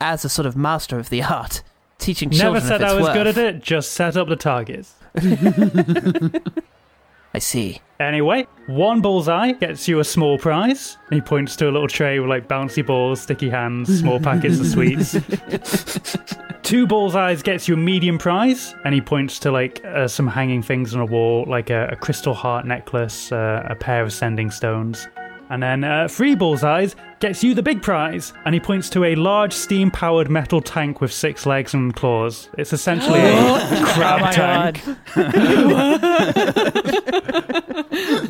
Speaker 1: as a sort of master of the art, teaching children
Speaker 3: Never
Speaker 1: of
Speaker 3: said
Speaker 1: its
Speaker 3: I was
Speaker 1: worth.
Speaker 3: good at it. Just set up the targets.
Speaker 1: I see.
Speaker 3: Anyway, one bullseye gets you a small prize. He points to a little tray with like bouncy balls, sticky hands, small packets of sweets. Two bullseyes gets you a medium prize, and he points to like uh, some hanging things on a wall, like a, a crystal heart necklace, uh, a pair of sending stones. And then uh, three bullseyes gets you the big prize, and he points to a large steam-powered metal tank with six legs and claws. It's essentially a
Speaker 5: Oh
Speaker 3: crab
Speaker 5: my
Speaker 3: tank.
Speaker 5: god. [LAUGHS]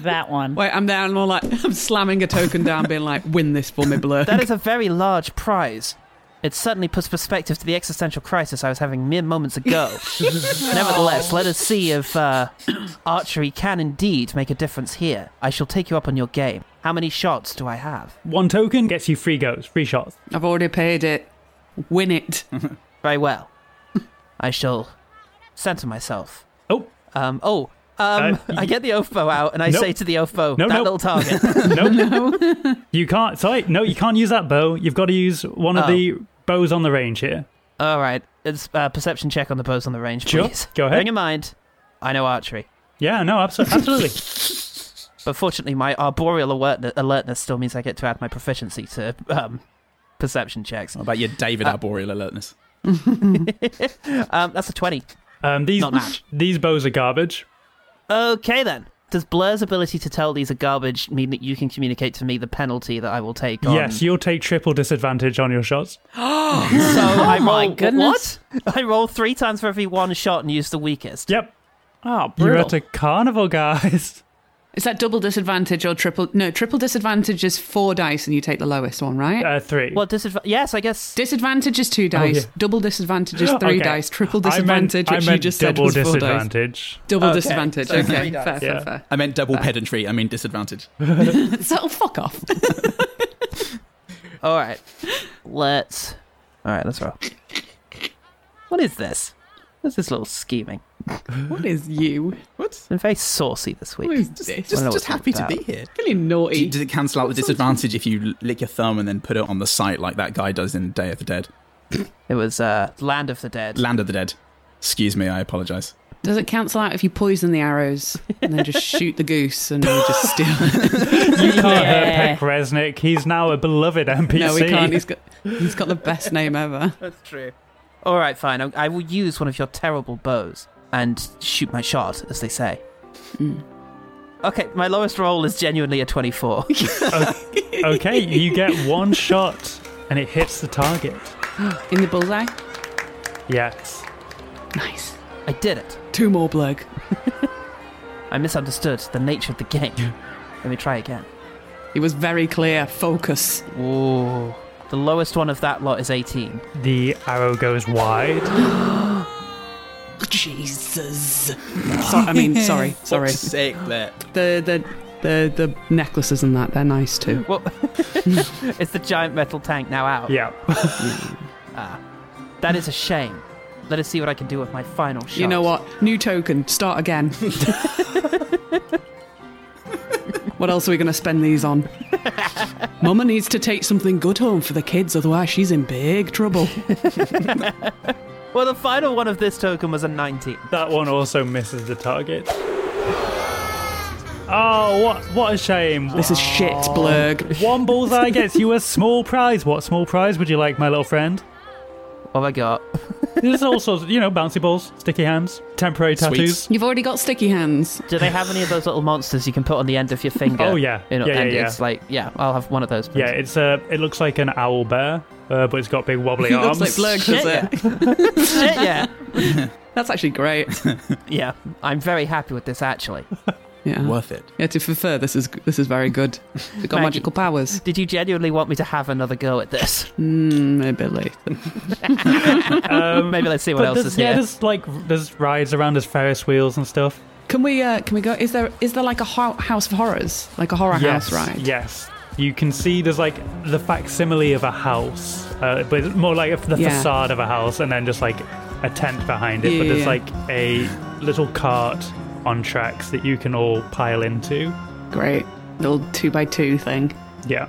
Speaker 5: that one.
Speaker 2: Wait, I'm down more like I'm slamming a token down, being like, win this for me, blur.
Speaker 1: That is a very large prize. It certainly puts perspective to the existential crisis I was having mere moments ago.
Speaker 3: [LAUGHS]
Speaker 1: Nevertheless, let us see if uh, [CLEARS THROAT] archery can indeed make a difference here. I shall take you up on your game. How many shots do I have?
Speaker 3: One token gets you three goes, three shots.
Speaker 2: I've already paid it. Win it.
Speaker 1: Very well. [LAUGHS] I shall center myself.
Speaker 3: Oh,
Speaker 1: Um, oh, um,
Speaker 3: Uh,
Speaker 1: [LAUGHS] I get the oath bow out and I
Speaker 3: Nope.
Speaker 1: say to the oath bow,
Speaker 3: No,
Speaker 1: that
Speaker 3: no.
Speaker 1: little
Speaker 3: [LAUGHS]
Speaker 1: target.
Speaker 3: Nope.
Speaker 2: [LAUGHS]
Speaker 3: [LAUGHS] You can't. Sorry. No, you can't use that bow. You've got to use one of
Speaker 1: Oh.
Speaker 3: the bows on the range here.
Speaker 1: All right, it's uh, perception check on the bows on the range,
Speaker 3: Sure,
Speaker 1: please.
Speaker 3: go ahead.
Speaker 1: Bearing in mind, I know archery.
Speaker 3: Yeah. No.
Speaker 2: [LAUGHS]
Speaker 3: Absolutely. Absolutely.
Speaker 1: But fortunately, my arboreal alert- alertness still means I get to add my proficiency to um, perception checks.
Speaker 4: What about your David Arboreal alertness?
Speaker 1: Um, that's a 20.
Speaker 3: Um, these
Speaker 1: Not much.
Speaker 3: these bows are garbage.
Speaker 1: Okay, then. Does Blur's ability to tell these are garbage mean that you can communicate to me the penalty that I will take on?
Speaker 3: Yes, you'll take triple disadvantage on your shots.
Speaker 1: So I roll,
Speaker 5: my goodness.
Speaker 1: What? I roll three times for every one shot and use the weakest.
Speaker 3: Yep.
Speaker 5: Oh,
Speaker 3: You're
Speaker 5: brutal.
Speaker 3: at a carnival,
Speaker 2: [LAUGHS]
Speaker 3: guys.
Speaker 2: [LAUGHS] Is that double disadvantage or triple? No, triple disadvantage is four dice and you take the lowest one, right?
Speaker 3: Uh, three.
Speaker 1: Well, disadva- yes, I guess.
Speaker 2: disadvantage is two dice.
Speaker 3: Oh, yeah.
Speaker 2: Double disadvantage is three
Speaker 3: Okay.
Speaker 2: dice. Triple
Speaker 3: I meant-
Speaker 2: disadvantage,
Speaker 3: I meant,
Speaker 2: which you just said
Speaker 3: double
Speaker 2: was four dice. [LAUGHS]
Speaker 3: disadvantage.
Speaker 2: Double disadvantage.
Speaker 1: so
Speaker 2: okay,
Speaker 1: three dice.
Speaker 2: fair,
Speaker 3: Yeah.
Speaker 2: fair, [LAUGHS] fair.
Speaker 4: I meant double pedantry. I mean disadvantage.
Speaker 5: So fuck off.
Speaker 1: All right. Let's. All right, let's roll. What is this? What's this little scheming?
Speaker 2: What is you?
Speaker 4: What?
Speaker 1: It's been very saucy this week.
Speaker 2: What is this?
Speaker 4: Just,
Speaker 1: know
Speaker 4: just
Speaker 1: what's all
Speaker 4: happy to
Speaker 1: about.
Speaker 4: be here.
Speaker 2: really
Speaker 4: Do you-
Speaker 2: naughty.
Speaker 4: Does it cancel out the disadvantage if you lick your thumb and then put it on the site like that guy does in Day of the Dead?
Speaker 1: It was uh, Land of the Dead.
Speaker 4: Land of the Dead. Excuse me, I apologise.
Speaker 2: Does it cancel out if you poison the arrows and then just shoot the goose and then just steal? it?
Speaker 3: You can't hurt
Speaker 5: Yeah.
Speaker 3: Peck Resnick. He's now a beloved NPC.
Speaker 2: no, we can't. He's got he's got the best name ever.
Speaker 1: That's true. All right, fine. I, I will use one of your terrible bows and shoot my shot, as they say. Okay, my lowest roll is genuinely a 24.
Speaker 3: okay, you get one shot, and it hits the target.
Speaker 2: In the bullseye.
Speaker 3: Yes.
Speaker 2: Nice.
Speaker 1: [LAUGHS] I did it.
Speaker 2: Two more blug.
Speaker 1: I misunderstood the nature of the game. Let me try again.
Speaker 2: It was very clear. Focus.
Speaker 1: Ooh. The lowest one of that lot is 18.
Speaker 3: The arrow goes wide.
Speaker 2: Jesus. So, I [LAUGHS] mean, sorry, sorry.
Speaker 4: Fuck's sake, Blair.
Speaker 2: The the the the necklaces and that they're nice too.
Speaker 1: Well, it's the giant metal tank now out.
Speaker 3: Yeah.
Speaker 1: That is a shame. Let us see what I can do with my final shot.
Speaker 2: You know what? New token. Start again. what else are we going to spend these on? Mama needs to take something good home for the kids, otherwise she's in big trouble.
Speaker 1: Well, the final one of this token was a 19.
Speaker 3: That one also misses the target. Oh, what what a shame.
Speaker 2: This is shit, Blurg.
Speaker 3: One bullseye gets you a small prize. What small prize would you like, my little friend?
Speaker 1: What have I got?
Speaker 3: There's all sorts of, you know, bouncy balls, sticky hands, temporary tattoos.
Speaker 2: You've already got
Speaker 3: [LAUGHS]
Speaker 2: sticky hands.
Speaker 1: Do they have any of those little monsters you can put on the end of your finger?
Speaker 3: Oh, yeah.
Speaker 1: You know,
Speaker 3: Yeah, yeah,
Speaker 1: and
Speaker 3: yeah.
Speaker 1: it's like, yeah, I'll have one of those. please.
Speaker 3: Yeah, it's uh, it looks like an owl bear, uh, but it's got
Speaker 1: [LAUGHS]
Speaker 3: big wobbly
Speaker 2: It looks
Speaker 3: arms.
Speaker 2: like Blurg, does
Speaker 1: Yeah.
Speaker 2: it? [LAUGHS]
Speaker 1: Shit, yeah.
Speaker 2: That's actually great.
Speaker 1: [LAUGHS] Yeah, I'm very happy with this actually.
Speaker 2: Yeah.
Speaker 4: Worth it.
Speaker 2: Yeah, to prefer, this is this is very good. It got
Speaker 1: Maggie.
Speaker 2: magical [LAUGHS] powers.
Speaker 1: Did you genuinely want me to have another go at this? [LAUGHS]
Speaker 2: Mm, maybe later.
Speaker 1: Maybe let's see what
Speaker 3: Um, But
Speaker 1: else
Speaker 3: there's-
Speaker 1: is
Speaker 3: yeah,
Speaker 1: here.
Speaker 3: there's like there's rides around, there's Ferris wheels and stuff.
Speaker 2: Can we? Uh, can we go? Is there is there like a ho- house of horrors, like a horror
Speaker 3: yes,
Speaker 2: house ride?
Speaker 3: Yes, you can see there's like the facsimile of a house, uh, but it's more like the
Speaker 2: Yeah.
Speaker 3: facade of a house, and then just like a tent behind it.
Speaker 2: Yeah,
Speaker 3: but
Speaker 2: yeah,
Speaker 3: there's
Speaker 2: yeah.
Speaker 3: like a little cart on tracks that you can all pile into.
Speaker 2: Great little two by two thing.
Speaker 3: Yeah.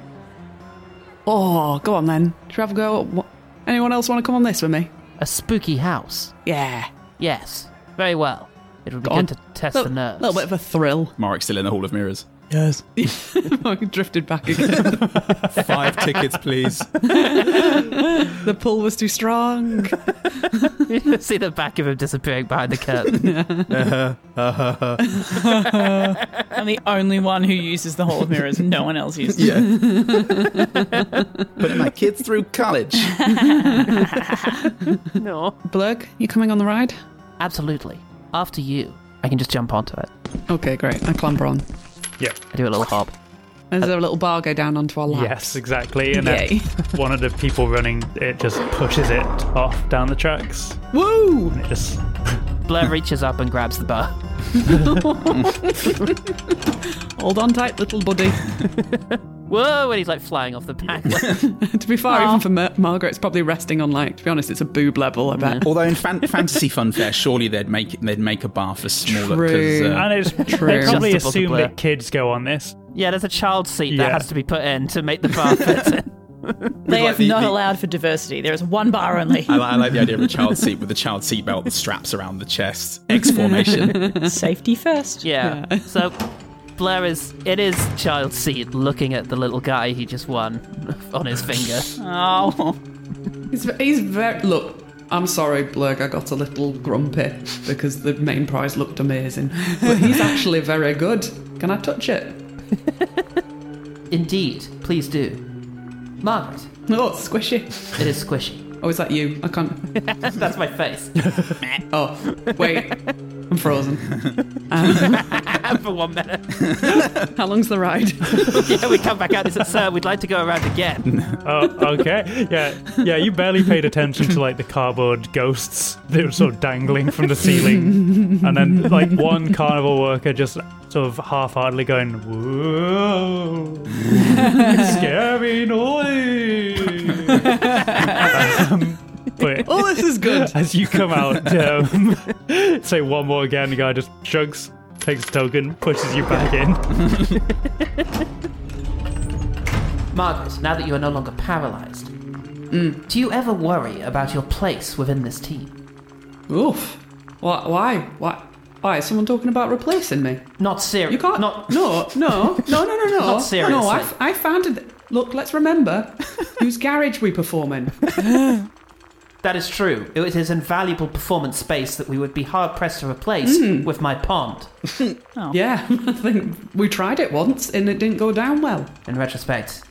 Speaker 2: Oh, go on then. Should we have a go? What? Anyone else want to come on this with me?
Speaker 1: A spooky house.
Speaker 2: Yeah.
Speaker 1: Yes, very well. It would be
Speaker 2: Go on.
Speaker 1: good to test
Speaker 2: A
Speaker 1: the nerves.
Speaker 2: little bit of a thrill. [LAUGHS]
Speaker 4: Mark's still in the Hall of Mirrors.
Speaker 2: Yes. I drifted back again. [LAUGHS]
Speaker 4: Five tickets, please. [LAUGHS]
Speaker 2: the pull was too strong.
Speaker 1: You [LAUGHS] see the back of him disappearing behind the
Speaker 3: [LAUGHS]
Speaker 1: curtain.
Speaker 4: Uh-huh.
Speaker 5: I'm the only one who uses the Hall of Mirrors. No one else uses it.
Speaker 4: Yeah. Putting my kids through college.
Speaker 1: no.
Speaker 2: Blurg, you coming on the ride?
Speaker 1: Absolutely. After you, I can just jump onto it.
Speaker 2: Okay, great. I clamber on.
Speaker 3: Yeah.
Speaker 1: I do a little hop.
Speaker 2: Is there a little bar go down onto our lap?
Speaker 3: Yes, exactly. And
Speaker 2: Yay. [LAUGHS]
Speaker 3: then one of the people running it just pushes it off down the tracks.
Speaker 2: Woo!
Speaker 3: It just [LAUGHS]
Speaker 1: Blair reaches up and grabs the bar.
Speaker 2: Hold on tight, little buddy. [LAUGHS]
Speaker 1: Whoa! And he's like flying off the
Speaker 3: [LAUGHS]
Speaker 1: back.
Speaker 2: to be fair, even for Mar- Margaret, it's probably resting on like. To be honest, it's a boob level. I bet.
Speaker 4: Although in fan- fantasy funfair, surely they'd make it, they'd make a bar for smaller. 'cause, uh,
Speaker 2: True.
Speaker 3: and it's they
Speaker 2: True.
Speaker 3: probably
Speaker 1: Just a book of
Speaker 3: assume
Speaker 1: Blair.
Speaker 3: that kids go on this.
Speaker 1: yeah, there's a child seat that
Speaker 3: Yeah.
Speaker 1: has to be put in to make the
Speaker 3: [LAUGHS]
Speaker 1: bar fit.
Speaker 5: They
Speaker 4: like
Speaker 5: have
Speaker 4: the-
Speaker 5: not
Speaker 4: the-
Speaker 5: allowed for diversity. There is one bar only.
Speaker 4: I, li- I like the idea of a child seat with a child seat belt and straps around the chest. X [LAUGHS] formation.
Speaker 5: Safety first. [LAUGHS]
Speaker 1: Yeah. [LAUGHS] so Blair is it is child seat looking at the little guy he just won [LAUGHS] on his [LAUGHS] finger.
Speaker 5: [LAUGHS] Oh,
Speaker 2: He's, he's very. Look, I'm sorry, Blurg, I got a little grumpy because the main prize looked amazing. But [LAUGHS] he's actually very good. Can I touch it?
Speaker 1: Indeed, please do. Margaret,
Speaker 2: Oh, it's squishy.
Speaker 1: it is squishy.
Speaker 2: Oh, is that you? I can't.
Speaker 1: [LAUGHS] That's my [LAUGHS] face.
Speaker 2: Oh, wait. I'm frozen.
Speaker 1: For one minute. [LAUGHS]
Speaker 2: How long's the ride?
Speaker 1: Yeah, we come back out and say, Sir, we'd like to go around again.
Speaker 3: Oh, okay. Yeah, yeah. You barely paid attention to like the cardboard ghosts that were sort of dangling from the ceiling, and then like one carnival worker just sort of half-heartedly going, "Whoa, scary noise." Um, but
Speaker 2: oh, this is good.
Speaker 3: as you come out, um, say one more again. The guy just shrugs, takes the token, pushes you back
Speaker 1: [LAUGHS]
Speaker 3: in.
Speaker 1: Margaret, now that you are no longer paralyzed, do you ever worry about your place within this team?
Speaker 2: [LAUGHS] Oof. Why? Why? Why? Why is someone talking about replacing me?
Speaker 1: Not serious.
Speaker 2: You can't.
Speaker 1: Not.
Speaker 2: No, no, no, no, no,
Speaker 1: [LAUGHS]
Speaker 2: no.
Speaker 1: Not seriously.
Speaker 2: No, I, I founded. th- Look, let's remember [LAUGHS] whose garage we perform in.
Speaker 1: That is true. It is invaluable performance space that we would be hard pressed to replace with my pond.
Speaker 2: Yeah, [LAUGHS] I think we tried it once and it didn't go down well.
Speaker 1: In retrospect,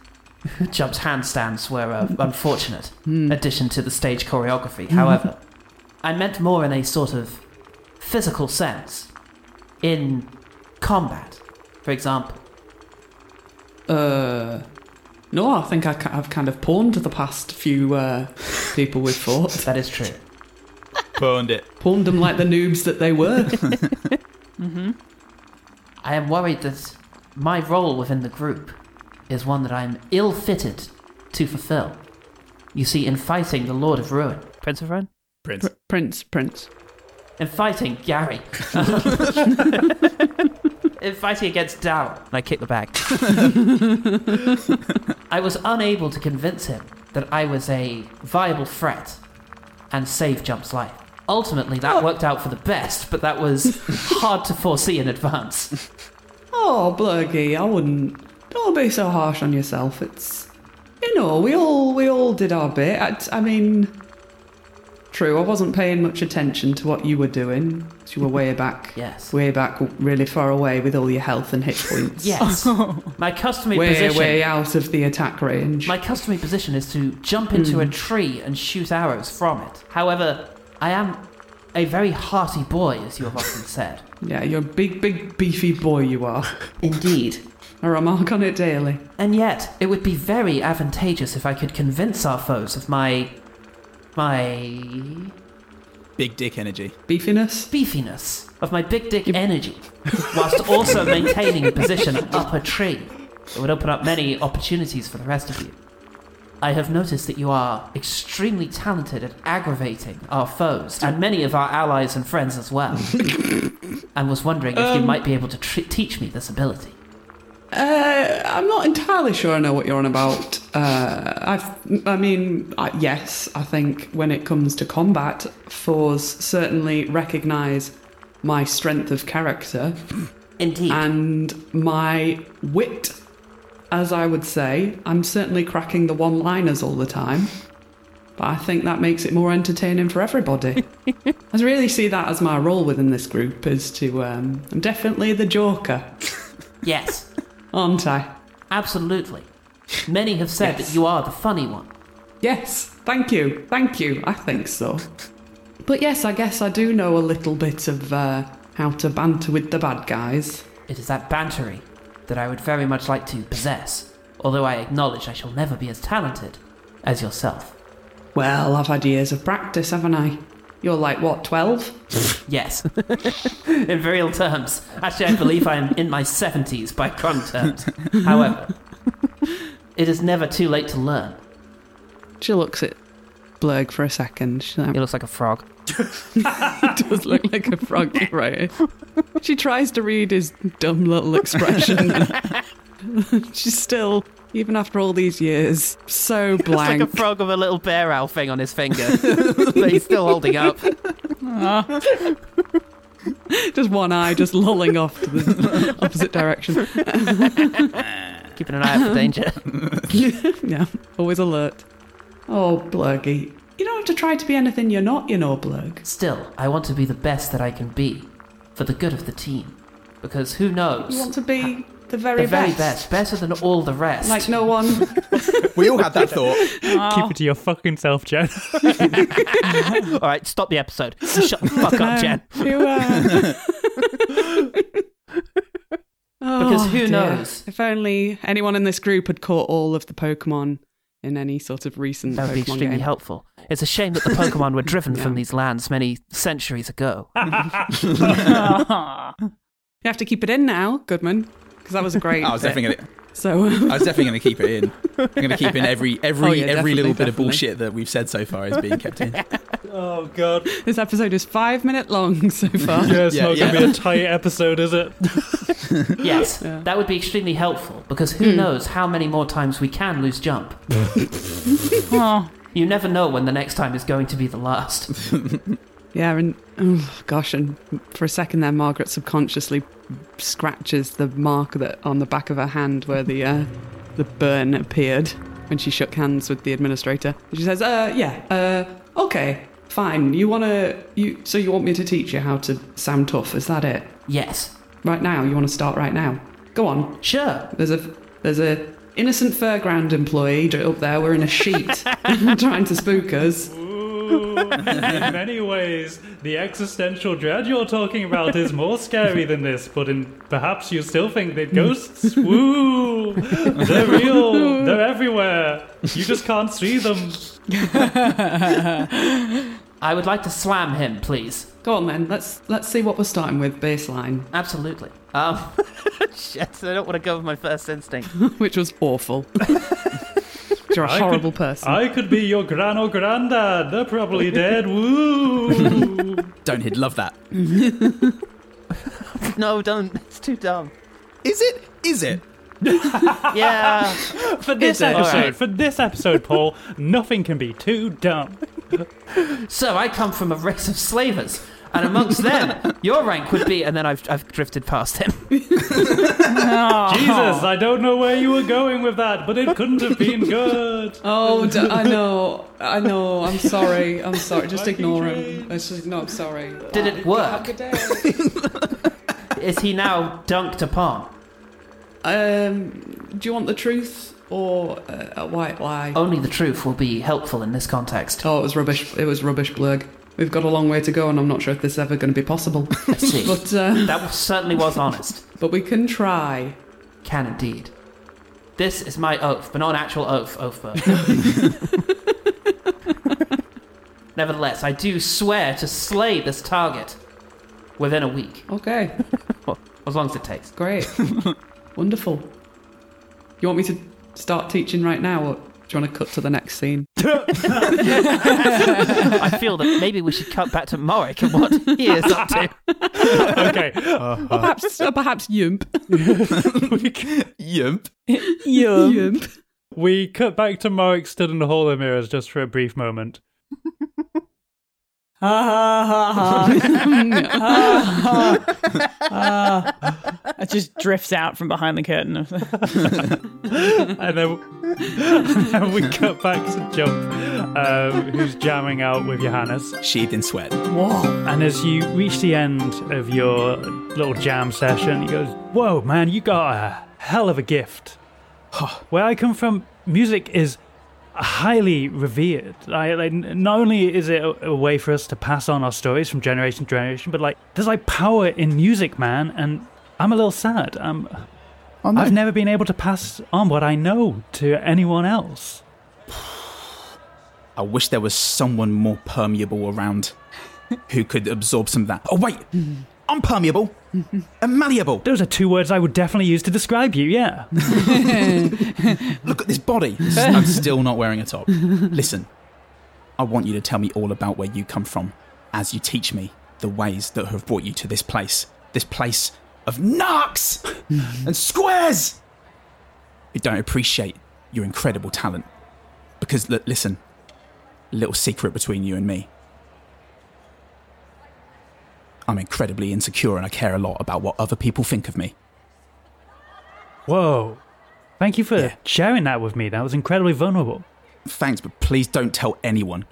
Speaker 1: Jump's handstands were a unfortunate addition to the stage choreography. However, I meant more in a sort of physical sense. In combat, for example.
Speaker 2: Uh, no, I think I, ca- I've kind of pawned the past few uh, people we've fought. [LAUGHS]
Speaker 1: That is true.
Speaker 4: Burned it.
Speaker 2: Pawned them like the noobs that they were.
Speaker 1: I am worried that my role within the group is one that I am ill fitted to fulfill. You see, in fighting the Lord of Ruin. [LAUGHS] Prince of Ruin?
Speaker 4: Prince.
Speaker 2: Pr- Prince, Prince.
Speaker 1: and fighting Gary. and fighting against Dow. And I kicked the bag. I was unable to convince him that I was a viable threat and save Jump's life. Ultimately, that worked out for the best, but that was hard to foresee in advance.
Speaker 2: Oh, Blurgy, I wouldn't. Don't be so harsh on yourself. It's, you know, we all we all did our bit. I, I mean, true. I wasn't paying much attention to what you were doing. 'cause You were way back,
Speaker 1: [LAUGHS] Yes.
Speaker 2: way back, really far away with all your health
Speaker 1: [LAUGHS]
Speaker 2: and hit points.
Speaker 1: Yes. My customary
Speaker 2: way
Speaker 1: position.
Speaker 2: way out of the attack range.
Speaker 1: My customary position is to jump into a tree and shoot arrows from it. However, I am a very hearty boy, as you have often said.
Speaker 2: yeah, you're a big, big, beefy boy.
Speaker 1: [LAUGHS]
Speaker 2: You are.
Speaker 1: Indeed.
Speaker 2: I remark on it daily.
Speaker 1: And yet, it would be very advantageous if I could convince our foes of my. my.
Speaker 4: Big dick energy.
Speaker 2: Beefiness.
Speaker 1: beefiness, of my big dick energy, whilst also maintaining a position up a tree. It would open up many opportunities for the rest of you. I have noticed that you are extremely talented at aggravating our foes and many of our allies and friends as well. and was wondering if you might be able to tr- teach me this ability.
Speaker 2: Uh, I'm not entirely sure I know what you're on about. Uh, I've, I mean, I, yes, I think when it comes to combat, fours certainly recognise my strength of character
Speaker 1: Indeed.
Speaker 2: and my wit, as I would say. I'm certainly cracking the one liners all the time. But I think that makes it more entertaining for everybody. I really see that as my role within this group is to. Um, I'm definitely the joker,
Speaker 1: yes.
Speaker 2: aren't I?
Speaker 1: Absolutely. Many have said
Speaker 2: Yes.
Speaker 1: that you are the funny one.
Speaker 2: Yes, thank you, thank you. I think so. But yes, I guess I do know a little bit of uh, how to banter with the bad guys.
Speaker 1: It is that bantery that I would very much like to possess, although I acknowledge I shall never be as talented as yourself.
Speaker 2: Well, I've had years of practice, haven't I? You're like what, twelve?
Speaker 1: Yes. [LAUGHS] in very real terms. Actually, I believe I am in my 70s by current terms. However, it is never too late to learn.
Speaker 2: She looks at Blurg for a second. She [LAUGHS]
Speaker 1: It looks like a frog.
Speaker 2: does look like a [LAUGHS] frog, right? She tries to read his dumb little expression. [LAUGHS] She's still, even after all these years, so
Speaker 1: It's like
Speaker 2: blank.
Speaker 1: a frog with a little bear owl thing on his [LAUGHS] finger that he's still holding up.
Speaker 2: just one eye, just lolling off to the opposite direction.
Speaker 1: Keeping an eye [LAUGHS] out for danger.
Speaker 2: yeah, always alert. Oh, Blurgy. You don't have to try to be anything you're not, you know, Blurg.
Speaker 1: Still, I want to be the best that I can be for the good of the team. Because who knows?
Speaker 2: You want to be the very,
Speaker 1: the very best. better than all the rest.
Speaker 2: Like
Speaker 1: [LAUGHS]
Speaker 2: no one. um,
Speaker 4: We all had that thought.
Speaker 3: Keep it to your fucking self, Jen.
Speaker 1: all right, stop the episode. Shut the
Speaker 2: [LAUGHS]
Speaker 1: fuck up, Jen.
Speaker 2: You uh, [LAUGHS] are.
Speaker 1: [LAUGHS] Because who knows?
Speaker 2: Oh, If only anyone in this group had caught all of the Pokemon in any sort of recent
Speaker 1: That would be
Speaker 2: Pokemon
Speaker 1: extremely
Speaker 2: game.
Speaker 1: helpful. It's a shame that the Pokemon were driven from
Speaker 2: [LAUGHS] Yeah.
Speaker 1: these lands many centuries [LAUGHS] ago.
Speaker 2: You have to keep it in now, Goodman, because that was a
Speaker 4: [LAUGHS]
Speaker 2: great.
Speaker 4: I was
Speaker 2: bit.
Speaker 4: definitely gonna,
Speaker 2: So [LAUGHS]
Speaker 4: I was definitely going to keep it in. I'm going to keep in every every
Speaker 2: Oh, yeah,
Speaker 4: every little bit
Speaker 2: definitely,
Speaker 4: of bullshit that we've said so far is being kept in.
Speaker 3: oh god.
Speaker 2: this episode is five minute
Speaker 4: [LAUGHS]
Speaker 2: long so far.
Speaker 3: Yeah, it's
Speaker 4: Yeah,
Speaker 3: not
Speaker 4: yeah.
Speaker 3: gonna be a tight episode, is it?
Speaker 1: Yes,
Speaker 2: Yeah. Hmm.
Speaker 1: that would be extremely helpful because who knows how many more times we can lose jump.
Speaker 5: Oh,
Speaker 1: You never know when the next time is going to be the
Speaker 2: [LAUGHS]
Speaker 1: last.
Speaker 2: Yeah, and oh, gosh, and for a second there, Margaret subconsciously scratches the mark that on the back of her hand where the uh, the burn appeared when she shook hands with the administrator. She says, "Uh, yeah, uh, okay, fine. You wanna you so you want me to teach you how to sound tough? Is that it?
Speaker 1: Yes,
Speaker 2: Right now, you want to start right now? Go on.
Speaker 1: sure.
Speaker 2: There's a there's a innocent fairground employee up there wearing a sheet [LAUGHS] trying to spook us.
Speaker 3: Ooh, [LAUGHS] in many ways, the existential dread you're talking about is more scary than this, but in, perhaps you still think that ghosts, woo, they're real, they're everywhere. You just can't see them.
Speaker 1: I would like to slam him, please.
Speaker 2: Go on then. Let's let's see what we're starting with baseline.
Speaker 1: Absolutely. Um, shit, I don't want to go with my first instinct.
Speaker 2: which was awful. You're a
Speaker 3: I
Speaker 2: horrible
Speaker 3: could-
Speaker 2: person.
Speaker 3: I could be your gran or granddad. They're probably dead. Woo!
Speaker 4: Don't he'd love [LAUGHS] that.
Speaker 1: No, don't. It's too dumb.
Speaker 4: Is it? Is it?
Speaker 1: Yeah.
Speaker 3: for this
Speaker 1: Is it?
Speaker 3: episode,
Speaker 1: Alright.
Speaker 3: for this episode, Paul, nothing can be too dumb.
Speaker 1: Sir, I come from a race of slavers, and [LAUGHS] amongst them, your rank would be. And then I've, I've drifted past him.
Speaker 5: Oh. [LAUGHS]
Speaker 3: Jesus, I don't know where you were going with that, but it couldn't have been good.
Speaker 2: Oh, d- [LAUGHS] I know, I know. I'm sorry. I'm sorry. Just
Speaker 3: Fucking
Speaker 2: ignore
Speaker 3: dream.
Speaker 2: him. It's just no. I'm sorry. Uh,
Speaker 1: Did it work? [LAUGHS] Is he now dunked upon?
Speaker 2: Um, do you want the truth or uh, a white lie? Oh.
Speaker 1: Only the truth will be helpful in this context.
Speaker 2: it was rubbish. It was rubbish, Blurg. We've got a long way to go, and I'm not sure if this is ever going to be possible.
Speaker 1: I [LAUGHS] see.
Speaker 2: but uh,
Speaker 1: that certainly was honest.
Speaker 2: but we can try.
Speaker 1: Can indeed. This is my oath, but not an actual oath, [LAUGHS] Oathberg. Nevertheless, I do swear to slay this target within a week,
Speaker 2: Okay,
Speaker 1: or as long as it takes.
Speaker 2: great, wonderful. You want me to start teaching right now, or do you want to cut to the next scene?
Speaker 1: I feel that maybe we should cut back to Morik and what he is up to.
Speaker 3: [LAUGHS] Okay,
Speaker 2: Or perhaps, or perhaps Yump. [LAUGHS]
Speaker 4: Yump.
Speaker 5: [LAUGHS]
Speaker 2: Yump.
Speaker 3: we cut back to Mark stood in the hall of mirrors just for a brief moment.
Speaker 5: It just drifts out from behind the [LAUGHS] curtain.
Speaker 3: and then, and then we cut back to Jump, um, who's jamming out with Johannes.
Speaker 4: Sheathed in sweat.
Speaker 2: Oh,
Speaker 3: And as you reach the end of your little jam session, he goes, Whoa, man, you got a hell of a gift. Where I come from, music is highly revered. I, like, n- not only is it a, a way for us to pass on our stories from generation to generation, but like there's like power in music, man. And I'm a little sad. Um,
Speaker 4: Oh, no.
Speaker 3: I've never been able to pass on what I know to anyone else.
Speaker 4: I wish there was someone more permeable around who could absorb some of that. Oh, wait. I'm permeable and malleable.
Speaker 3: Those are two words I would definitely use to describe you.
Speaker 4: [LAUGHS]
Speaker 3: Yeah.
Speaker 4: Look at this body. I'm still not wearing a top. Listen, I want you to tell me all about where you come from as you teach me the ways that have brought you to this place. This place of narcs and squares who don't appreciate your incredible talent. Because, look, listen, little secret between you and me. I'm incredibly insecure and I care a lot about what other people think of me.
Speaker 3: Whoa. Thank you for
Speaker 4: Yeah.
Speaker 3: sharing that with me. That was incredibly vulnerable.
Speaker 4: Thanks, but please don't tell anyone.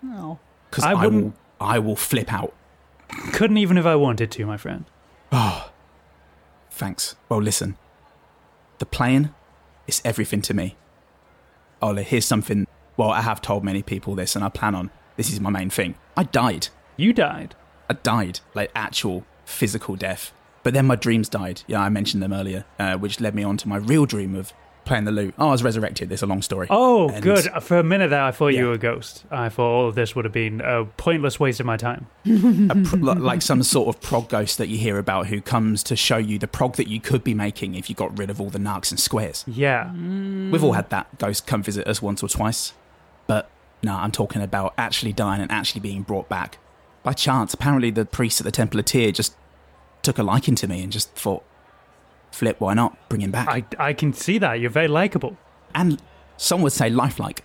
Speaker 4: Because
Speaker 3: I
Speaker 4: I,
Speaker 3: wouldn't-
Speaker 4: will, I will flip out.
Speaker 3: Couldn't even if I wanted to, my friend.
Speaker 4: Thanks. Well, listen. The plane is everything to me. Ola, here's something. Well, I have told many people this, and I plan on. This is my main thing. I died.
Speaker 3: You died.
Speaker 4: I died, like actual physical death. But then my dreams died. Yeah, I mentioned them earlier, uh, which led me on to my real dream of playing the lute. Oh, I was resurrected. There's a long story.
Speaker 3: Oh,
Speaker 4: And-
Speaker 3: good. For a minute there, I thought you
Speaker 4: Yeah.
Speaker 3: were a ghost. I thought all of this would have been a pointless waste of my time.
Speaker 4: a pro- li- like some sort of prog ghost that you hear about who comes to show you the prog that you could be making if you got rid of all the narcs and squares.
Speaker 3: Yeah.
Speaker 4: Mm-hmm. We've all had that ghost come visit us once or twice, but no, I'm talking about actually dying and actually being brought back. By chance, apparently the priest at the Temple of Tyr just took a liking to me and just thought, flip, why not? Bring him back.
Speaker 3: I, I can see that. You're very likable.
Speaker 4: and some would say lifelike.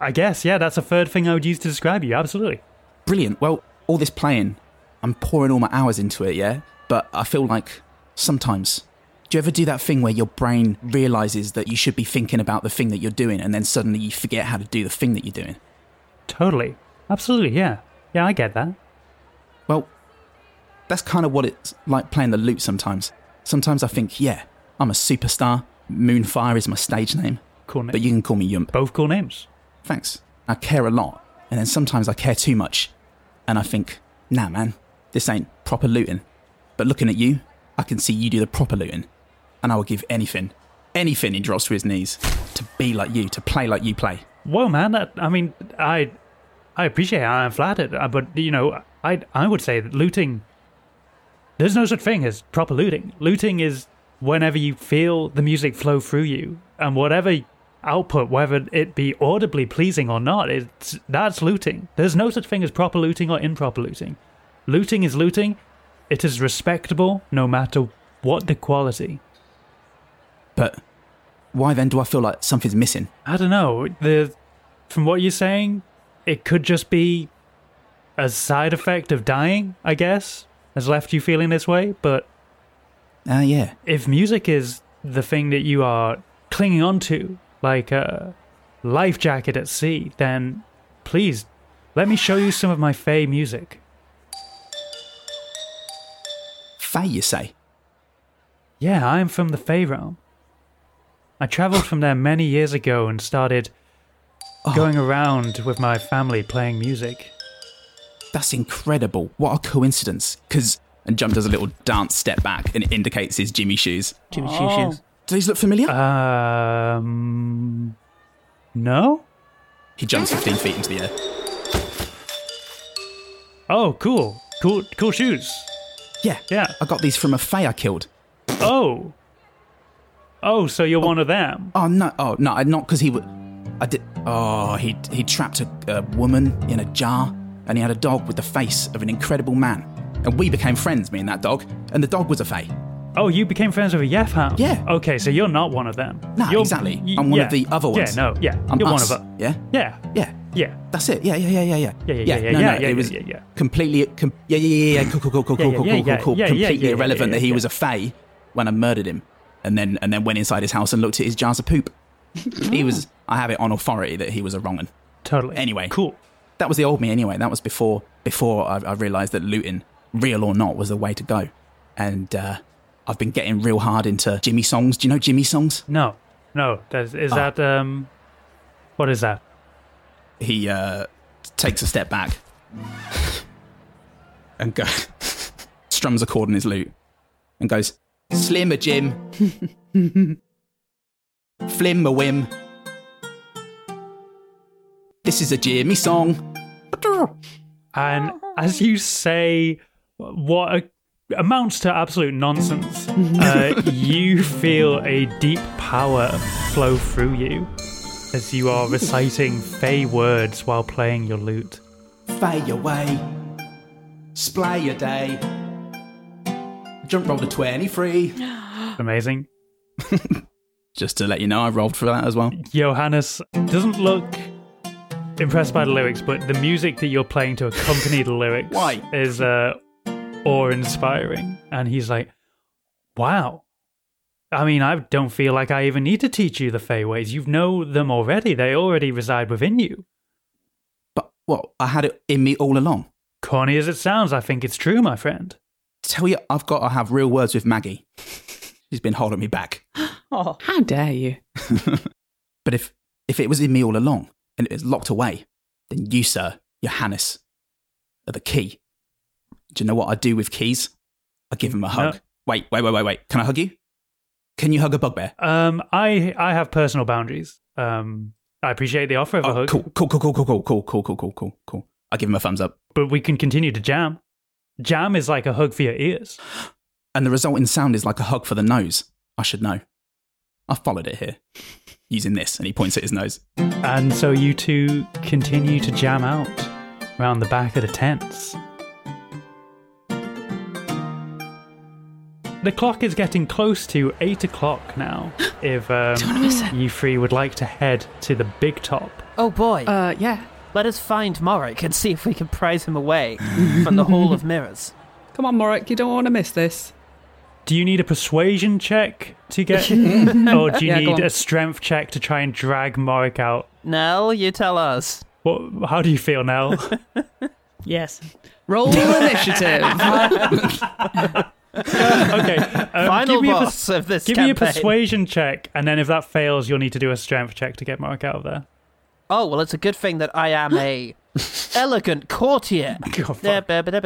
Speaker 3: I guess, yeah, that's a third thing I would use to describe you. Absolutely.
Speaker 4: brilliant. Well, all this playing, I'm pouring all my hours into it, yeah? But I feel like sometimes. Do you ever do that thing where your brain realizes that you should be thinking about the thing that you're doing and then suddenly you forget how to do the thing that you're doing?
Speaker 3: Totally. Absolutely, yeah. Yeah, I get that.
Speaker 4: Well, that's kind of what it's like playing the lute sometimes. Sometimes I think, yeah, I'm a superstar. Moonfire is my stage name,
Speaker 3: Cool name.
Speaker 4: but you can call me Yump.
Speaker 3: Both cool names.
Speaker 4: thanks. I care a lot. And then sometimes I care too much. And I think, nah, man, this ain't proper looting. But looking at you, I can see you do the proper looting. And I would give anything, anything, he drops to his knees, to be like you, to play like you play.
Speaker 3: Whoa, man! That I mean, I, I appreciate. It. I'm flattered, uh, but you know, I I would say that looting. There's no such thing as proper looting. Looting is whenever you feel the music flow through you, and whatever output, whether it be audibly pleasing or not, it's, that's looting. There's no such thing as proper looting or improper looting. Looting is looting. It is respectable no matter what the quality.
Speaker 4: But why then do I feel like something's missing?
Speaker 3: I don't know. The from what you're saying, it could just be a side effect of dying, I guess, has left you feeling this way, but
Speaker 4: Ah, yeah.
Speaker 3: if music is the thing that you are clinging onto, like a life jacket at sea, then please let me show you some of my Fey music.
Speaker 4: Faye, you say?
Speaker 3: Yeah, I am from the Fey realm. I traveled from there many years ago and started going around with my family playing music.
Speaker 4: That's incredible. What a coincidence. Because. And Jump does a little dance step back and indicates his Jimmy shoes.
Speaker 1: Jimmy Shoe
Speaker 5: Oh.
Speaker 1: Shoes.
Speaker 4: Do these look familiar?
Speaker 3: Uh, Um, no?
Speaker 4: he jumps 15 feet into the air.
Speaker 3: Oh, cool. Cool cool shoes.
Speaker 4: Yeah.
Speaker 3: Yeah.
Speaker 4: I got these from a Faye I killed.
Speaker 3: Oh. Oh, so you're one of them.
Speaker 4: Oh no! Oh no! I- Not because he would. I did. Oh, he he trapped a, a woman in a jar, and he had a dog with the face of an incredible man. And we became friends, me and that dog. And the dog was a fae.
Speaker 3: Oh, you became friends with a Yef Hound?
Speaker 4: Yeah.
Speaker 3: Okay, so you're not one of them.
Speaker 4: No,
Speaker 3: You're-
Speaker 4: exactly.
Speaker 3: y-
Speaker 4: I'm one of
Speaker 3: yeah.
Speaker 4: the other ones.
Speaker 3: Yeah, no, yeah.
Speaker 4: I'm
Speaker 3: you're
Speaker 4: us.
Speaker 3: one of them.
Speaker 4: Yeah,
Speaker 3: Yeah,
Speaker 4: yeah,
Speaker 3: yeah.
Speaker 4: that's it. Yeah, yeah, yeah, yeah, yeah.
Speaker 3: Yeah, yeah, yeah, yeah,
Speaker 4: no,
Speaker 3: yeah,
Speaker 4: no,
Speaker 3: yeah,
Speaker 4: it was
Speaker 3: yeah, yeah.
Speaker 4: completely. Com- yeah, yeah, yeah, yeah. Cool, cool, cool, cool,
Speaker 3: Yeah,
Speaker 4: cool,
Speaker 3: yeah,
Speaker 4: cool,
Speaker 3: yeah,
Speaker 4: cool, cool,
Speaker 3: yeah, yeah,
Speaker 4: cool.
Speaker 3: yeah, yeah,
Speaker 4: Completely
Speaker 3: yeah,
Speaker 4: irrelevant
Speaker 3: yeah,
Speaker 4: that he
Speaker 3: yeah.
Speaker 4: was a fae when I murdered him, and then and then went inside his house and looked at his jars
Speaker 3: [LAUGHS]
Speaker 4: of poop. he was. I have it on authority that he was a wrong'un.
Speaker 3: Totally.
Speaker 4: Anyway.
Speaker 3: Cool.
Speaker 4: that was the old me anyway. That was before before I, I realised that looting, real or not, was the way to go. And uh, I've been getting real hard into Jimmy songs. Do you know Jimmy songs?
Speaker 3: No, no. That,
Speaker 4: Ah.
Speaker 3: is that, um, what is that?
Speaker 4: He uh, takes a step back [LAUGHS] and go, [LAUGHS] strums a chord in his lute and goes, Slim a Jim, [LAUGHS] Flim a Whim. This is a Jimmy song.
Speaker 3: And as you say, what a, amounts to absolute nonsense, uh, you feel a deep power flow through you as you are reciting Fey words while playing your lute.
Speaker 4: Fade away. Splay your day. Jump roll to 23.
Speaker 3: Amazing.
Speaker 4: Just to let you know, I rolled for that as well.
Speaker 3: Johannes doesn't look impressed by the lyrics, but the music that you're playing to accompany the lyrics
Speaker 4: Why?
Speaker 3: is uh, awe-inspiring, and he's like, "Wow." I mean, I don't feel like I even need to teach you the Fey ways. You know them already. They already reside within you.
Speaker 4: But, well, I had it in me all along.
Speaker 3: Corny as it sounds, I think it's true, my friend.
Speaker 4: Tell you, I've got to have real words with Maggie. She's been holding me back.
Speaker 5: Oh,
Speaker 2: How dare you?
Speaker 4: But if, if it was in me all along and it was locked away, then you, sir, Johannes, are the key. Do you know what I do with keys? I give him a hug. Wait, wait, wait, wait, wait. Can I hug you? Can you hug a bugbear?
Speaker 3: Um, I I have personal boundaries. Um, I appreciate the offer of a
Speaker 4: Oh,
Speaker 3: hug,
Speaker 4: cool, cool, cool, cool, cool, cool, cool, cool, cool, cool, cool, cool. I give him a thumbs up.
Speaker 3: but we can continue to jam. Jam is like a hug for your ears.
Speaker 4: and the resulting sound is like a hug for the nose. I should know. I followed it here using this, and he points at his nose.
Speaker 3: And so you two continue to jam out around the back of the tents. The clock is getting close to eight o'clock
Speaker 2: [GASPS]
Speaker 3: now. If um, you three would like to head to the big top,
Speaker 1: [LAUGHS] Oh boy.
Speaker 2: Uh, yeah.
Speaker 1: Let us find Morik and see if we can prize him away from the Hall of Mirrors.
Speaker 2: Come on, Morik, you don't want to miss this.
Speaker 3: do you need a persuasion check to get, or do you
Speaker 2: [LAUGHS] Yeah, go
Speaker 3: need
Speaker 2: on.
Speaker 3: a strength check to try and drag Morik out?
Speaker 1: Nell, you tell us.
Speaker 3: What, how do you feel
Speaker 2: [LAUGHS]
Speaker 3: now?
Speaker 5: yes.
Speaker 2: Roll
Speaker 3: okay,
Speaker 2: initiative.
Speaker 3: um,
Speaker 1: Final
Speaker 3: give me a
Speaker 1: boss of this
Speaker 3: Give me a
Speaker 1: campaign.
Speaker 3: persuasion check, and then if that fails, you'll need to do a strength check to get Mark out of there.
Speaker 1: Oh well, it's a good thing that I am
Speaker 3: [GASPS]
Speaker 1: a elegant courtier.
Speaker 3: God, fuck.
Speaker 1: He puts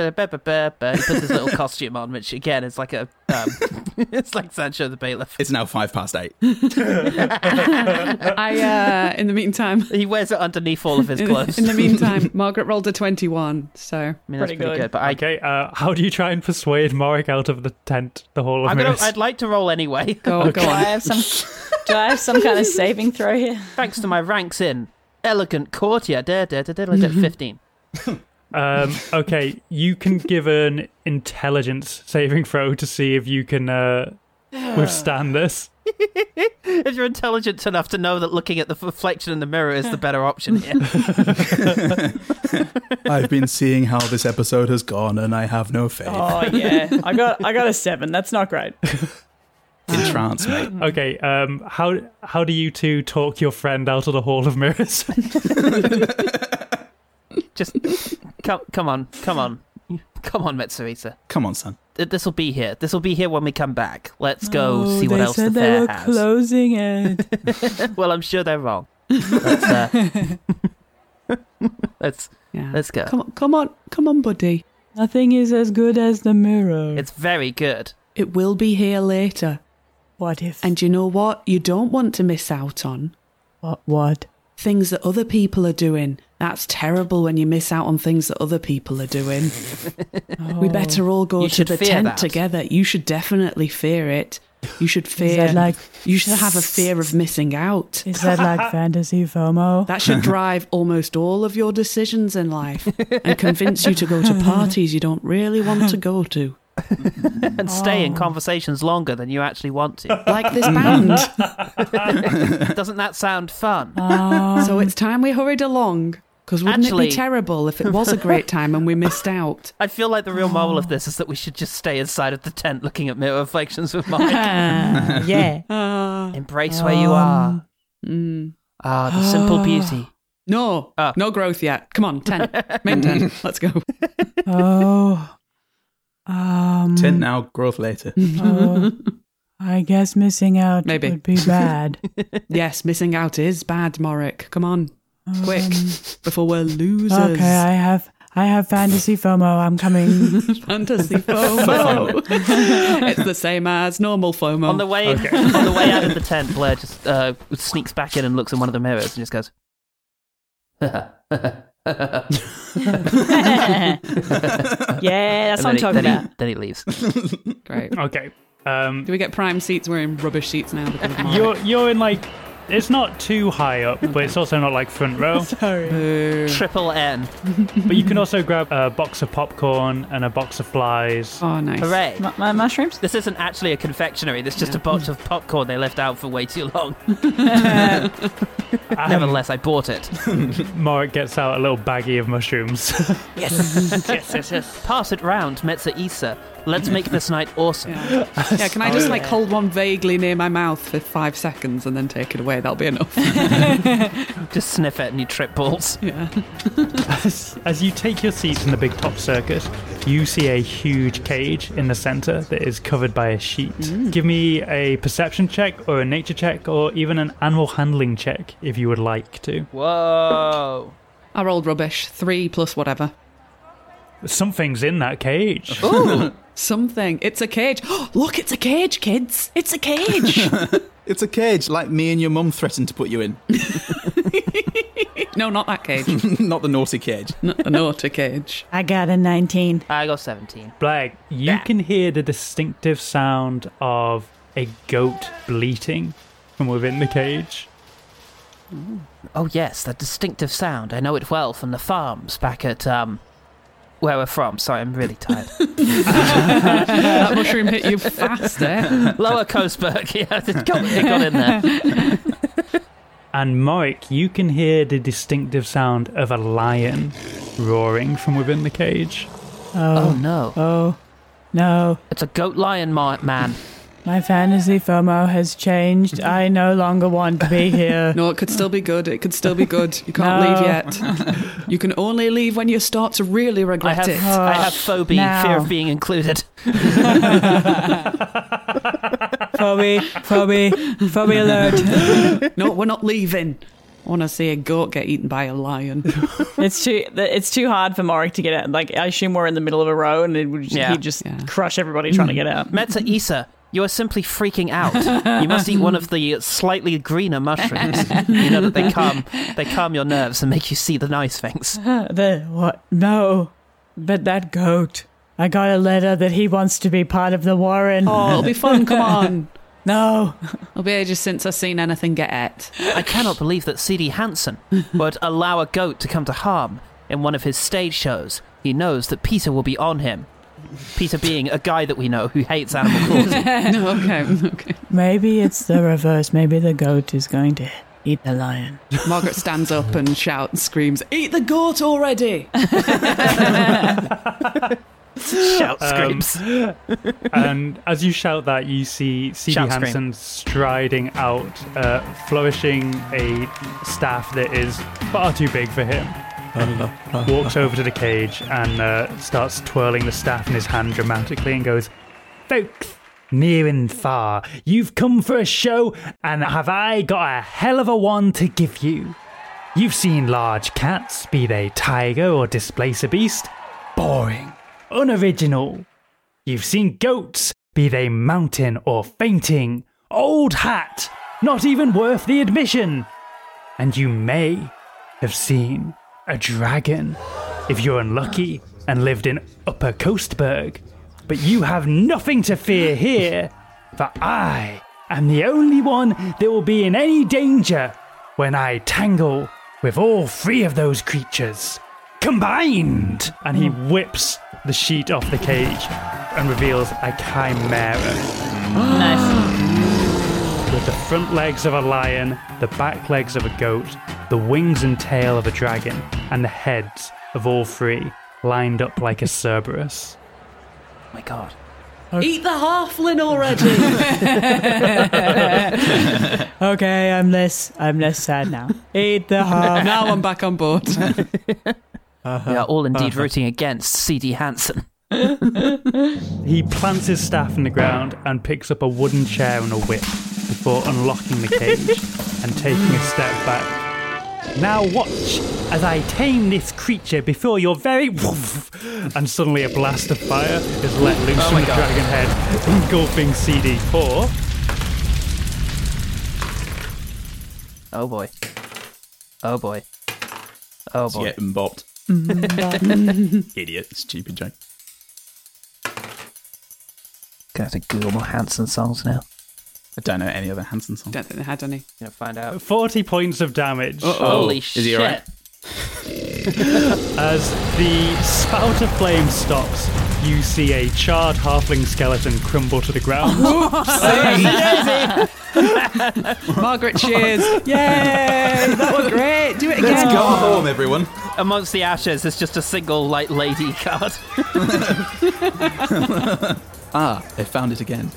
Speaker 1: his
Speaker 3: [LAUGHS]
Speaker 1: little costume on, which again is like a, um, [LAUGHS] it's like Sancho the bailiff.
Speaker 4: It's now five past eight.
Speaker 2: I, uh, in the meantime,
Speaker 1: He wears it underneath all of his
Speaker 2: in,
Speaker 1: clothes.
Speaker 2: in the meantime, Margaret rolled a 21, so.
Speaker 1: I mean, that's
Speaker 5: Pretty
Speaker 1: pretty good.
Speaker 5: good.
Speaker 1: but I,
Speaker 3: Okay, uh, how do you try and persuade Mark out of the tent, the Hall of
Speaker 1: I'm gonna,
Speaker 3: Mirrors?
Speaker 1: I'd like to roll anyway.
Speaker 2: Go, go
Speaker 5: Do I
Speaker 2: on.
Speaker 5: have some? Do I have some kind of saving throw here?
Speaker 1: Thanks to my ranks in elegant courtier, da, da, da, da,
Speaker 3: [LAUGHS]
Speaker 1: da, 15.
Speaker 3: Um, okay, you can give an intelligence saving throw to see if you can uh, withstand this.
Speaker 1: [LAUGHS] If you're intelligent enough to know that looking at the reflection in the mirror is
Speaker 5: [LAUGHS]
Speaker 1: the better option here.
Speaker 4: [LAUGHS] I've been seeing how this episode has gone, and I have no faith
Speaker 5: Oh yeah, I got I got a seven. That's not great.
Speaker 4: in trance, mate.
Speaker 3: Okay, um, how how do you two talk your friend out of the Hall of Mirrors? [LAUGHS]
Speaker 1: Just come, come on, come on, come on, Metsurisa.
Speaker 4: Come on, son.
Speaker 1: This will be here. This will be here when we come back. Let's go
Speaker 5: Oh,
Speaker 1: see what
Speaker 5: they
Speaker 1: else
Speaker 5: said
Speaker 1: the
Speaker 5: they
Speaker 1: fair
Speaker 5: were
Speaker 1: has.
Speaker 5: closing it.
Speaker 1: [LAUGHS] Well, I'm sure they're wrong. Let's, uh, [LAUGHS] let's
Speaker 2: Yeah.
Speaker 1: let's go.
Speaker 2: Come on, come on, come on, buddy.
Speaker 5: Nothing is as good as the mirror.
Speaker 1: It's very good.
Speaker 2: It will be here later.
Speaker 5: what if?
Speaker 2: And you know what? You don't want to miss out on
Speaker 5: what? What?
Speaker 2: things that other people are doing. That's terrible when you miss out on things that other people are doing.
Speaker 5: Oh.
Speaker 2: We better all go
Speaker 1: Oh, You
Speaker 2: to
Speaker 1: should
Speaker 2: the
Speaker 1: fear
Speaker 2: tent
Speaker 1: that.
Speaker 2: together. You should definitely fear it. You should fear.
Speaker 5: that like-
Speaker 2: you
Speaker 1: [LAUGHS]
Speaker 2: should have a fear of missing out.
Speaker 5: Is that like fantasy FOMO?
Speaker 2: That
Speaker 1: [LAUGHS]
Speaker 2: should drive almost all of your decisions in life and convince you to go to parties you don't really want to go to.
Speaker 1: And stay
Speaker 5: Oh.
Speaker 1: in conversations longer than you actually want
Speaker 5: [LAUGHS]
Speaker 1: to.
Speaker 2: Like this
Speaker 1: Mm.
Speaker 2: band.
Speaker 1: Doesn't that sound fun?
Speaker 5: Uh,
Speaker 2: So it's time we hurried along. Because wouldn't it
Speaker 1: Oh. Actually-
Speaker 2: be terrible if it was a great time and we
Speaker 1: [LAUGHS]
Speaker 2: missed out?
Speaker 1: I feel like the real moral
Speaker 5: oh.
Speaker 1: of this is that we should just stay inside of the tent looking at mirror reflections with
Speaker 5: [LAUGHS]
Speaker 1: Mike.
Speaker 5: Ah, yeah.
Speaker 1: Uh. Embrace where
Speaker 5: Um,
Speaker 1: you are. Ah, the simple beauty.
Speaker 2: Mm. No,
Speaker 1: Ah.
Speaker 2: no growth yet. Come on, 10.
Speaker 1: [LAUGHS]
Speaker 2: Main 10. Let's go.
Speaker 5: Oh. Um.
Speaker 4: Tent now, growth later. [LAUGHS]
Speaker 5: oh, I guess missing out
Speaker 2: Maybe.
Speaker 5: would be bad.
Speaker 2: Yes, missing out is bad, Morik. Come on, quick, before we're losers.
Speaker 5: Um, okay, I have I have fantasy FOMO. I'm coming.
Speaker 2: [LAUGHS] Fantasy FOMO. it's the same as normal FOMO.
Speaker 1: On the way, [LAUGHS] on the way out of the tent, Blair just uh, sneaks back in and looks in one of the mirrors and just goes,
Speaker 5: [LAUGHS]
Speaker 1: [LAUGHS]
Speaker 5: yeah,
Speaker 1: and
Speaker 5: that's what I'm
Speaker 1: then, he,
Speaker 5: talking
Speaker 1: then,
Speaker 5: about.
Speaker 1: he, then he leaves.
Speaker 2: Great.
Speaker 3: okay, um,
Speaker 2: Do we get prime seats? We're in rubbish seats now because of Morik.
Speaker 3: you're you're in like it's not too high up, but it's also not like front row.
Speaker 5: [LAUGHS] Sorry.
Speaker 1: Triple N,
Speaker 3: But you can also grab a box of popcorn and a box of flies.
Speaker 2: Oh, nice.
Speaker 1: hooray!
Speaker 5: My, my [LAUGHS] mushrooms?
Speaker 1: This isn't actually a confectionery. This is just a box of popcorn they left out for way too long. Nevertheless, I bought it.
Speaker 3: Morik gets out a little baggie of mushrooms. [LAUGHS]
Speaker 1: Yes, yes, yes. Pass it round, Metsa Issa. Let's make this night awesome.
Speaker 2: Yeah. Yeah, can I just like hold one vaguely near my mouth for five seconds and then take it away? That'll be enough.
Speaker 1: Just sniff it and you trip balls.
Speaker 2: Yeah.
Speaker 3: As, as you take your seats in the big top circus, you see a huge cage in the center that is covered by a sheet. Give me a perception check, or a nature check, or even an animal handling check if you would like to.
Speaker 1: Whoa.
Speaker 2: I rolled rubbish. Three plus whatever.
Speaker 3: Something's in that cage.
Speaker 2: Something. It's a cage. [GASPS] Look, it's a cage, kids. It's
Speaker 1: [LAUGHS]
Speaker 2: a cage.
Speaker 4: It's a cage, like me and your mum threatened to put you in. [LAUGHS]
Speaker 2: no, not that cage.
Speaker 1: [LAUGHS]
Speaker 4: Not the naughty [LAUGHS] cage.
Speaker 2: N- an auto cage.
Speaker 5: I got a 19.
Speaker 1: I got 17.
Speaker 3: Black, you can hear the distinctive sound of a goat bleating from within the cage.
Speaker 1: Oh, yes, that distinctive sound. I know it well from the farms back at, um, where we're from. Sorry, I'm really tired. [LAUGHS]
Speaker 2: That mushroom hit you fast, eh?
Speaker 1: Lower Coastburg. [LAUGHS] Yeah, it got, it got in there.
Speaker 3: And Morik, you can hear the distinctive sound of a lion roaring from within the cage.
Speaker 1: Oh, no.
Speaker 5: Oh, no.
Speaker 1: It's a goat lion ma- man.
Speaker 5: My fantasy FOMO has changed. I no longer want to be here.
Speaker 2: [LAUGHS] No, it could still be good. It could still be good. You can't
Speaker 5: No.
Speaker 2: leave yet. You can only leave when you start to really
Speaker 1: I
Speaker 2: regret
Speaker 1: have,
Speaker 2: it.
Speaker 1: I have phobia, fear
Speaker 5: Now.
Speaker 1: of being included.
Speaker 5: Phoebe, Phoebe, Phoebe alert.
Speaker 2: [LAUGHS] No, we're not leaving. I want to see a goat get eaten by a lion. [LAUGHS]
Speaker 5: It's too it's too hard for Morik to get out. Like, I assume we're in the middle of a row and it would,
Speaker 1: Yeah.
Speaker 5: he'd just
Speaker 2: Yeah.
Speaker 5: crush everybody trying to get out.
Speaker 1: Metsa Issa, you are simply freaking out. You must eat one of the slightly greener mushrooms. You know that they calm, they calm your nerves and make you see the nice things.
Speaker 5: [LAUGHS] The what? No. But that goat. I got a letter that he wants to be part of the Warren.
Speaker 2: Oh, it'll be fun. Come on.
Speaker 5: [LAUGHS] No.
Speaker 2: It'll be ages since I've seen anything get [LAUGHS] at.
Speaker 1: I cannot believe that C.D. Hansen would allow a goat to come to harm in one of his stage shows. He knows that Peter will be on him. Peter being a guy that we know who hates [LAUGHS] animal cruelty.
Speaker 2: no, okay, okay.
Speaker 5: Maybe it's the reverse. Maybe the goat is going to eat the lion.
Speaker 2: Margaret stands up and shouts, screams, "Eat the goat already!"
Speaker 1: Shout screams. Oh
Speaker 3: and as you shout that, you see C.D.
Speaker 1: Shout
Speaker 3: Hansen striding out, uh, flourishing a staff that is far too big for him. Walks over to the cage and uh, starts twirling the staff in his hand dramatically and goes, Folks, near and far, you've come for a show, and have I got a hell of a one to give you? You've seen large cats, be they tiger or displace a beast. Boring unoriginal. You've seen goats, be they mountain or fainting, old hat, not even worth the admission. And you may have seen a dragon, if you're unlucky and lived in Upper Coastburg. But you have nothing to fear here, for I am the only one that will be in any danger when I tangle with all three of those creatures combined. And he whips the sheet off the cage and reveals a chimera
Speaker 5: Nice.
Speaker 3: with the front legs of a lion, the back legs of a goat, the wings and tail of a dragon, and the heads of all three lined up like a Cerberus.
Speaker 1: my god.
Speaker 2: Eat the halfling already!
Speaker 5: Okay, I'm less. I'm less sad [LAUGHS] now. Eat the heart.
Speaker 2: now I'm back on [LAUGHS] board.
Speaker 1: We are all indeed rooting against C.D. Hansen.
Speaker 3: He plants his staff in the ground and picks up a wooden chair and a whip before unlocking the cage and taking a step back. Now watch as I tame this creature before your very. And suddenly a blast of fire is let loose from the dragon head, engulfing CD for
Speaker 1: Oh boy. Oh boy. Oh boy.
Speaker 4: Getting bopped. [LAUGHS] Idiot. Stupid joke.
Speaker 1: Gonna have to Google more Hansen songs now.
Speaker 4: I don't know any other Hanson song.
Speaker 2: Don't think they had any.
Speaker 1: Gonna find out.
Speaker 3: 40 points of damage.
Speaker 1: Holy
Speaker 4: Oh, is
Speaker 1: shit.
Speaker 4: he alright? [LAUGHS]
Speaker 3: As the spout of flame stops, you see a charred halfling skeleton crumble to the ground.
Speaker 2: Margaret cheers. [LAUGHS] Yay! That was great. Do it again.
Speaker 4: Let's go home, everyone.
Speaker 1: [LAUGHS] Amongst the ashes, there's just a single light lady card.
Speaker 4: Ah, they found it again.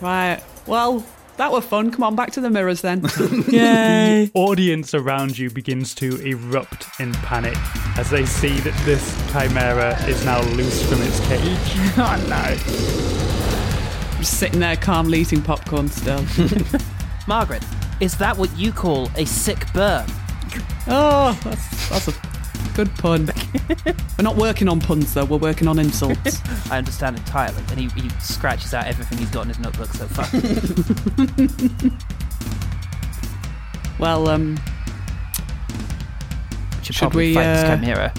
Speaker 2: Right. Well, that were fun. Come on, back to the mirrors then.
Speaker 3: the audience around you begins to erupt in panic as they see that this chimera is now loose from its cage. oh no.
Speaker 2: Just sitting there calmly eating
Speaker 1: [LAUGHS]
Speaker 2: popcorn still.
Speaker 1: Margaret, is that what you call a sick burn?
Speaker 2: Oh, that's, that's a good pun. we're not working on puns though. We're working
Speaker 1: [LAUGHS]
Speaker 2: on insults.
Speaker 1: I understand entirely. And he, he scratches out everything he's got in his notebook so
Speaker 2: [LAUGHS]
Speaker 1: far.
Speaker 2: well, um,
Speaker 1: Should,
Speaker 2: Should
Speaker 1: probably
Speaker 2: we,
Speaker 1: fight this
Speaker 2: uh,
Speaker 1: chimera.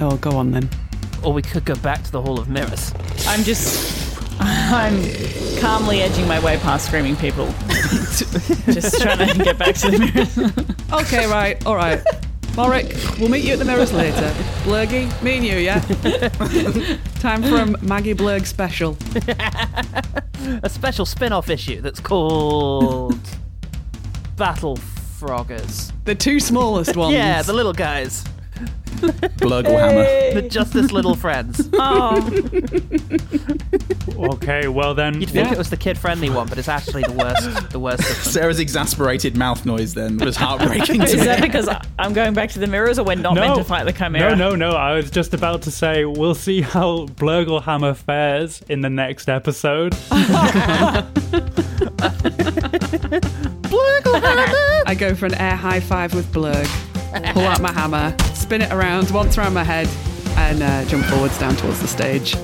Speaker 2: oh, go on then.
Speaker 1: Or we could go back to the Hall of Mirrors.
Speaker 5: I'm just. I'm calmly edging my way past screaming [LAUGHS] people. just trying to get back to the mirror.
Speaker 2: Okay, right, all right. Morrick, we'll meet you at the mirrors later. Blurgy, me and you, yeah.
Speaker 1: [LAUGHS]
Speaker 2: Time for a Maggie Blurg special.
Speaker 1: A special spin off issue that's called [LAUGHS] Battle Froggers.
Speaker 2: The two smallest ones.
Speaker 1: Yeah, the little guys.
Speaker 4: Blug Hammer.
Speaker 1: The Justice Little
Speaker 2: [LAUGHS]
Speaker 1: Friends.
Speaker 5: Oh,
Speaker 3: Okay, well then.
Speaker 1: You'd think it was the kid friendly one, but it's actually the worst the worst of them.
Speaker 4: Sarah's exasperated mouth noise then was heartbreaking.
Speaker 5: is
Speaker 4: to
Speaker 5: that
Speaker 4: me.
Speaker 5: because I- I'm going back to the mirrors, or we're not meant to fight the chimera?
Speaker 3: No, no, no. I was just about to say we'll see how Blurglehammer fares in the next episode.
Speaker 2: I go for an air high five with Blurg. Pull out my hammer, spin it around once around my head, and uh, jump forwards down towards the stage.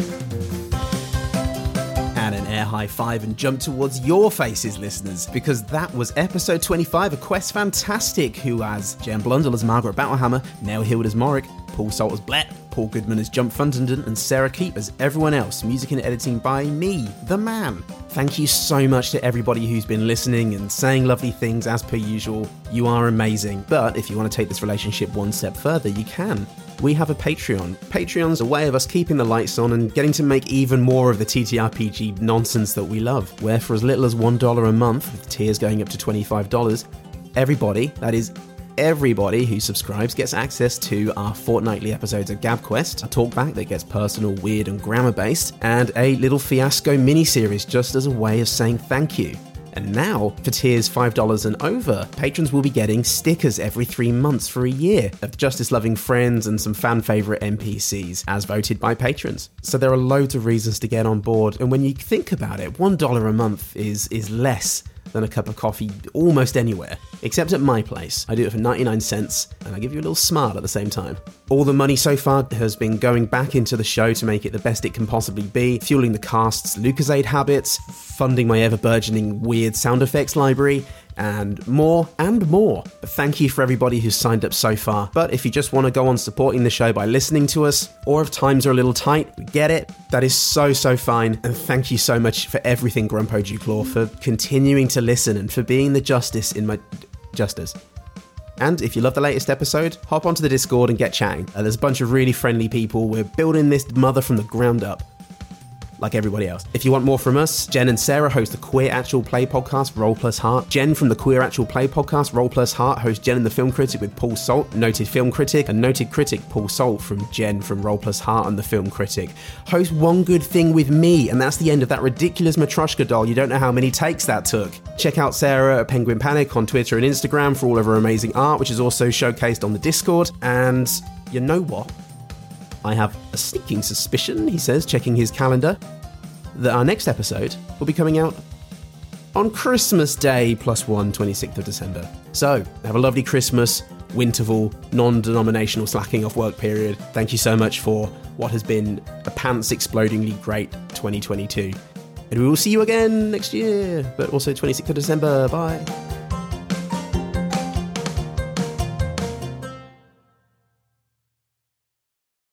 Speaker 7: and an air high five and jump towards your faces, listeners, because that was episode 25 of Quest Fantastic, who as Jen Blundell as Margaret Battlehammer, Nell Hilde as Morrick, Paul Salt as Black, Paul Goodman as Jump Fundenden, and Sarah Keep as everyone else. Music and editing by me, the man. Thank you so much to everybody who's been listening and saying lovely things as per usual. You are amazing. But if you want to take this relationship one step further, you can. We have a Patreon. Patreon's a way of us keeping the lights on and getting to make even more of the TTRPG nonsense that we love, where for as little as $1 a month, with tiers going up to $25, everybody, that is Everybody who subscribes gets access to our fortnightly episodes of Gab Quest, a talkback that gets personal, weird, and grammar based, and a little fiasco mini series just as a way of saying thank you. And now, for tiers $5 and over, patrons will be getting stickers every three months for a year of justice loving friends and some fan favourite NPCs, as voted by patrons. So there are loads of reasons to get on board, and when you think about it, $1 a month is, is less than a cup of coffee almost anywhere, except at my place. I do it for 99 cents, and I give you a little smile at the same time. All the money so far has been going back into the show to make it the best it can possibly be, fueling the cast's LucasAid habits, funding my ever burgeoning weird sound effects library, and more and more. But thank you for everybody who's signed up so far. But if you just want to go on supporting the show by listening to us, or if times are a little tight, we get it. That is so, so fine. And thank you so much for everything, Grumpo Duclaw, for continuing to listen and for being the justice in my. Justice. And if you love the latest episode, hop onto the Discord and get chatting. Uh, there's a bunch of really friendly people. We're building this mother from the ground up like everybody else. If you want more from us, Jen and Sarah host the Queer Actual Play podcast, Roll Plus Heart. Jen from the Queer Actual Play podcast, Roll Plus Heart, hosts Jen and the Film Critic with Paul Salt, noted film critic, and noted critic Paul Salt from Jen from Roll Plus Heart and the Film Critic. Host One Good Thing with me, and that's the end of that ridiculous Matryoshka doll. You don't know how many takes that took. Check out Sarah at Penguin Panic on Twitter and Instagram for all of her amazing art, which is also showcased on the Discord. And you know what? I have a sneaking suspicion, he says, checking his calendar, that our next episode will be coming out on Christmas Day plus one, 26th of December. So, have a lovely Christmas, Winterval, non denominational slacking off work period. Thank you so much for what has been a pants explodingly great 2022. And we will see you again next year, but also 26th of December. Bye.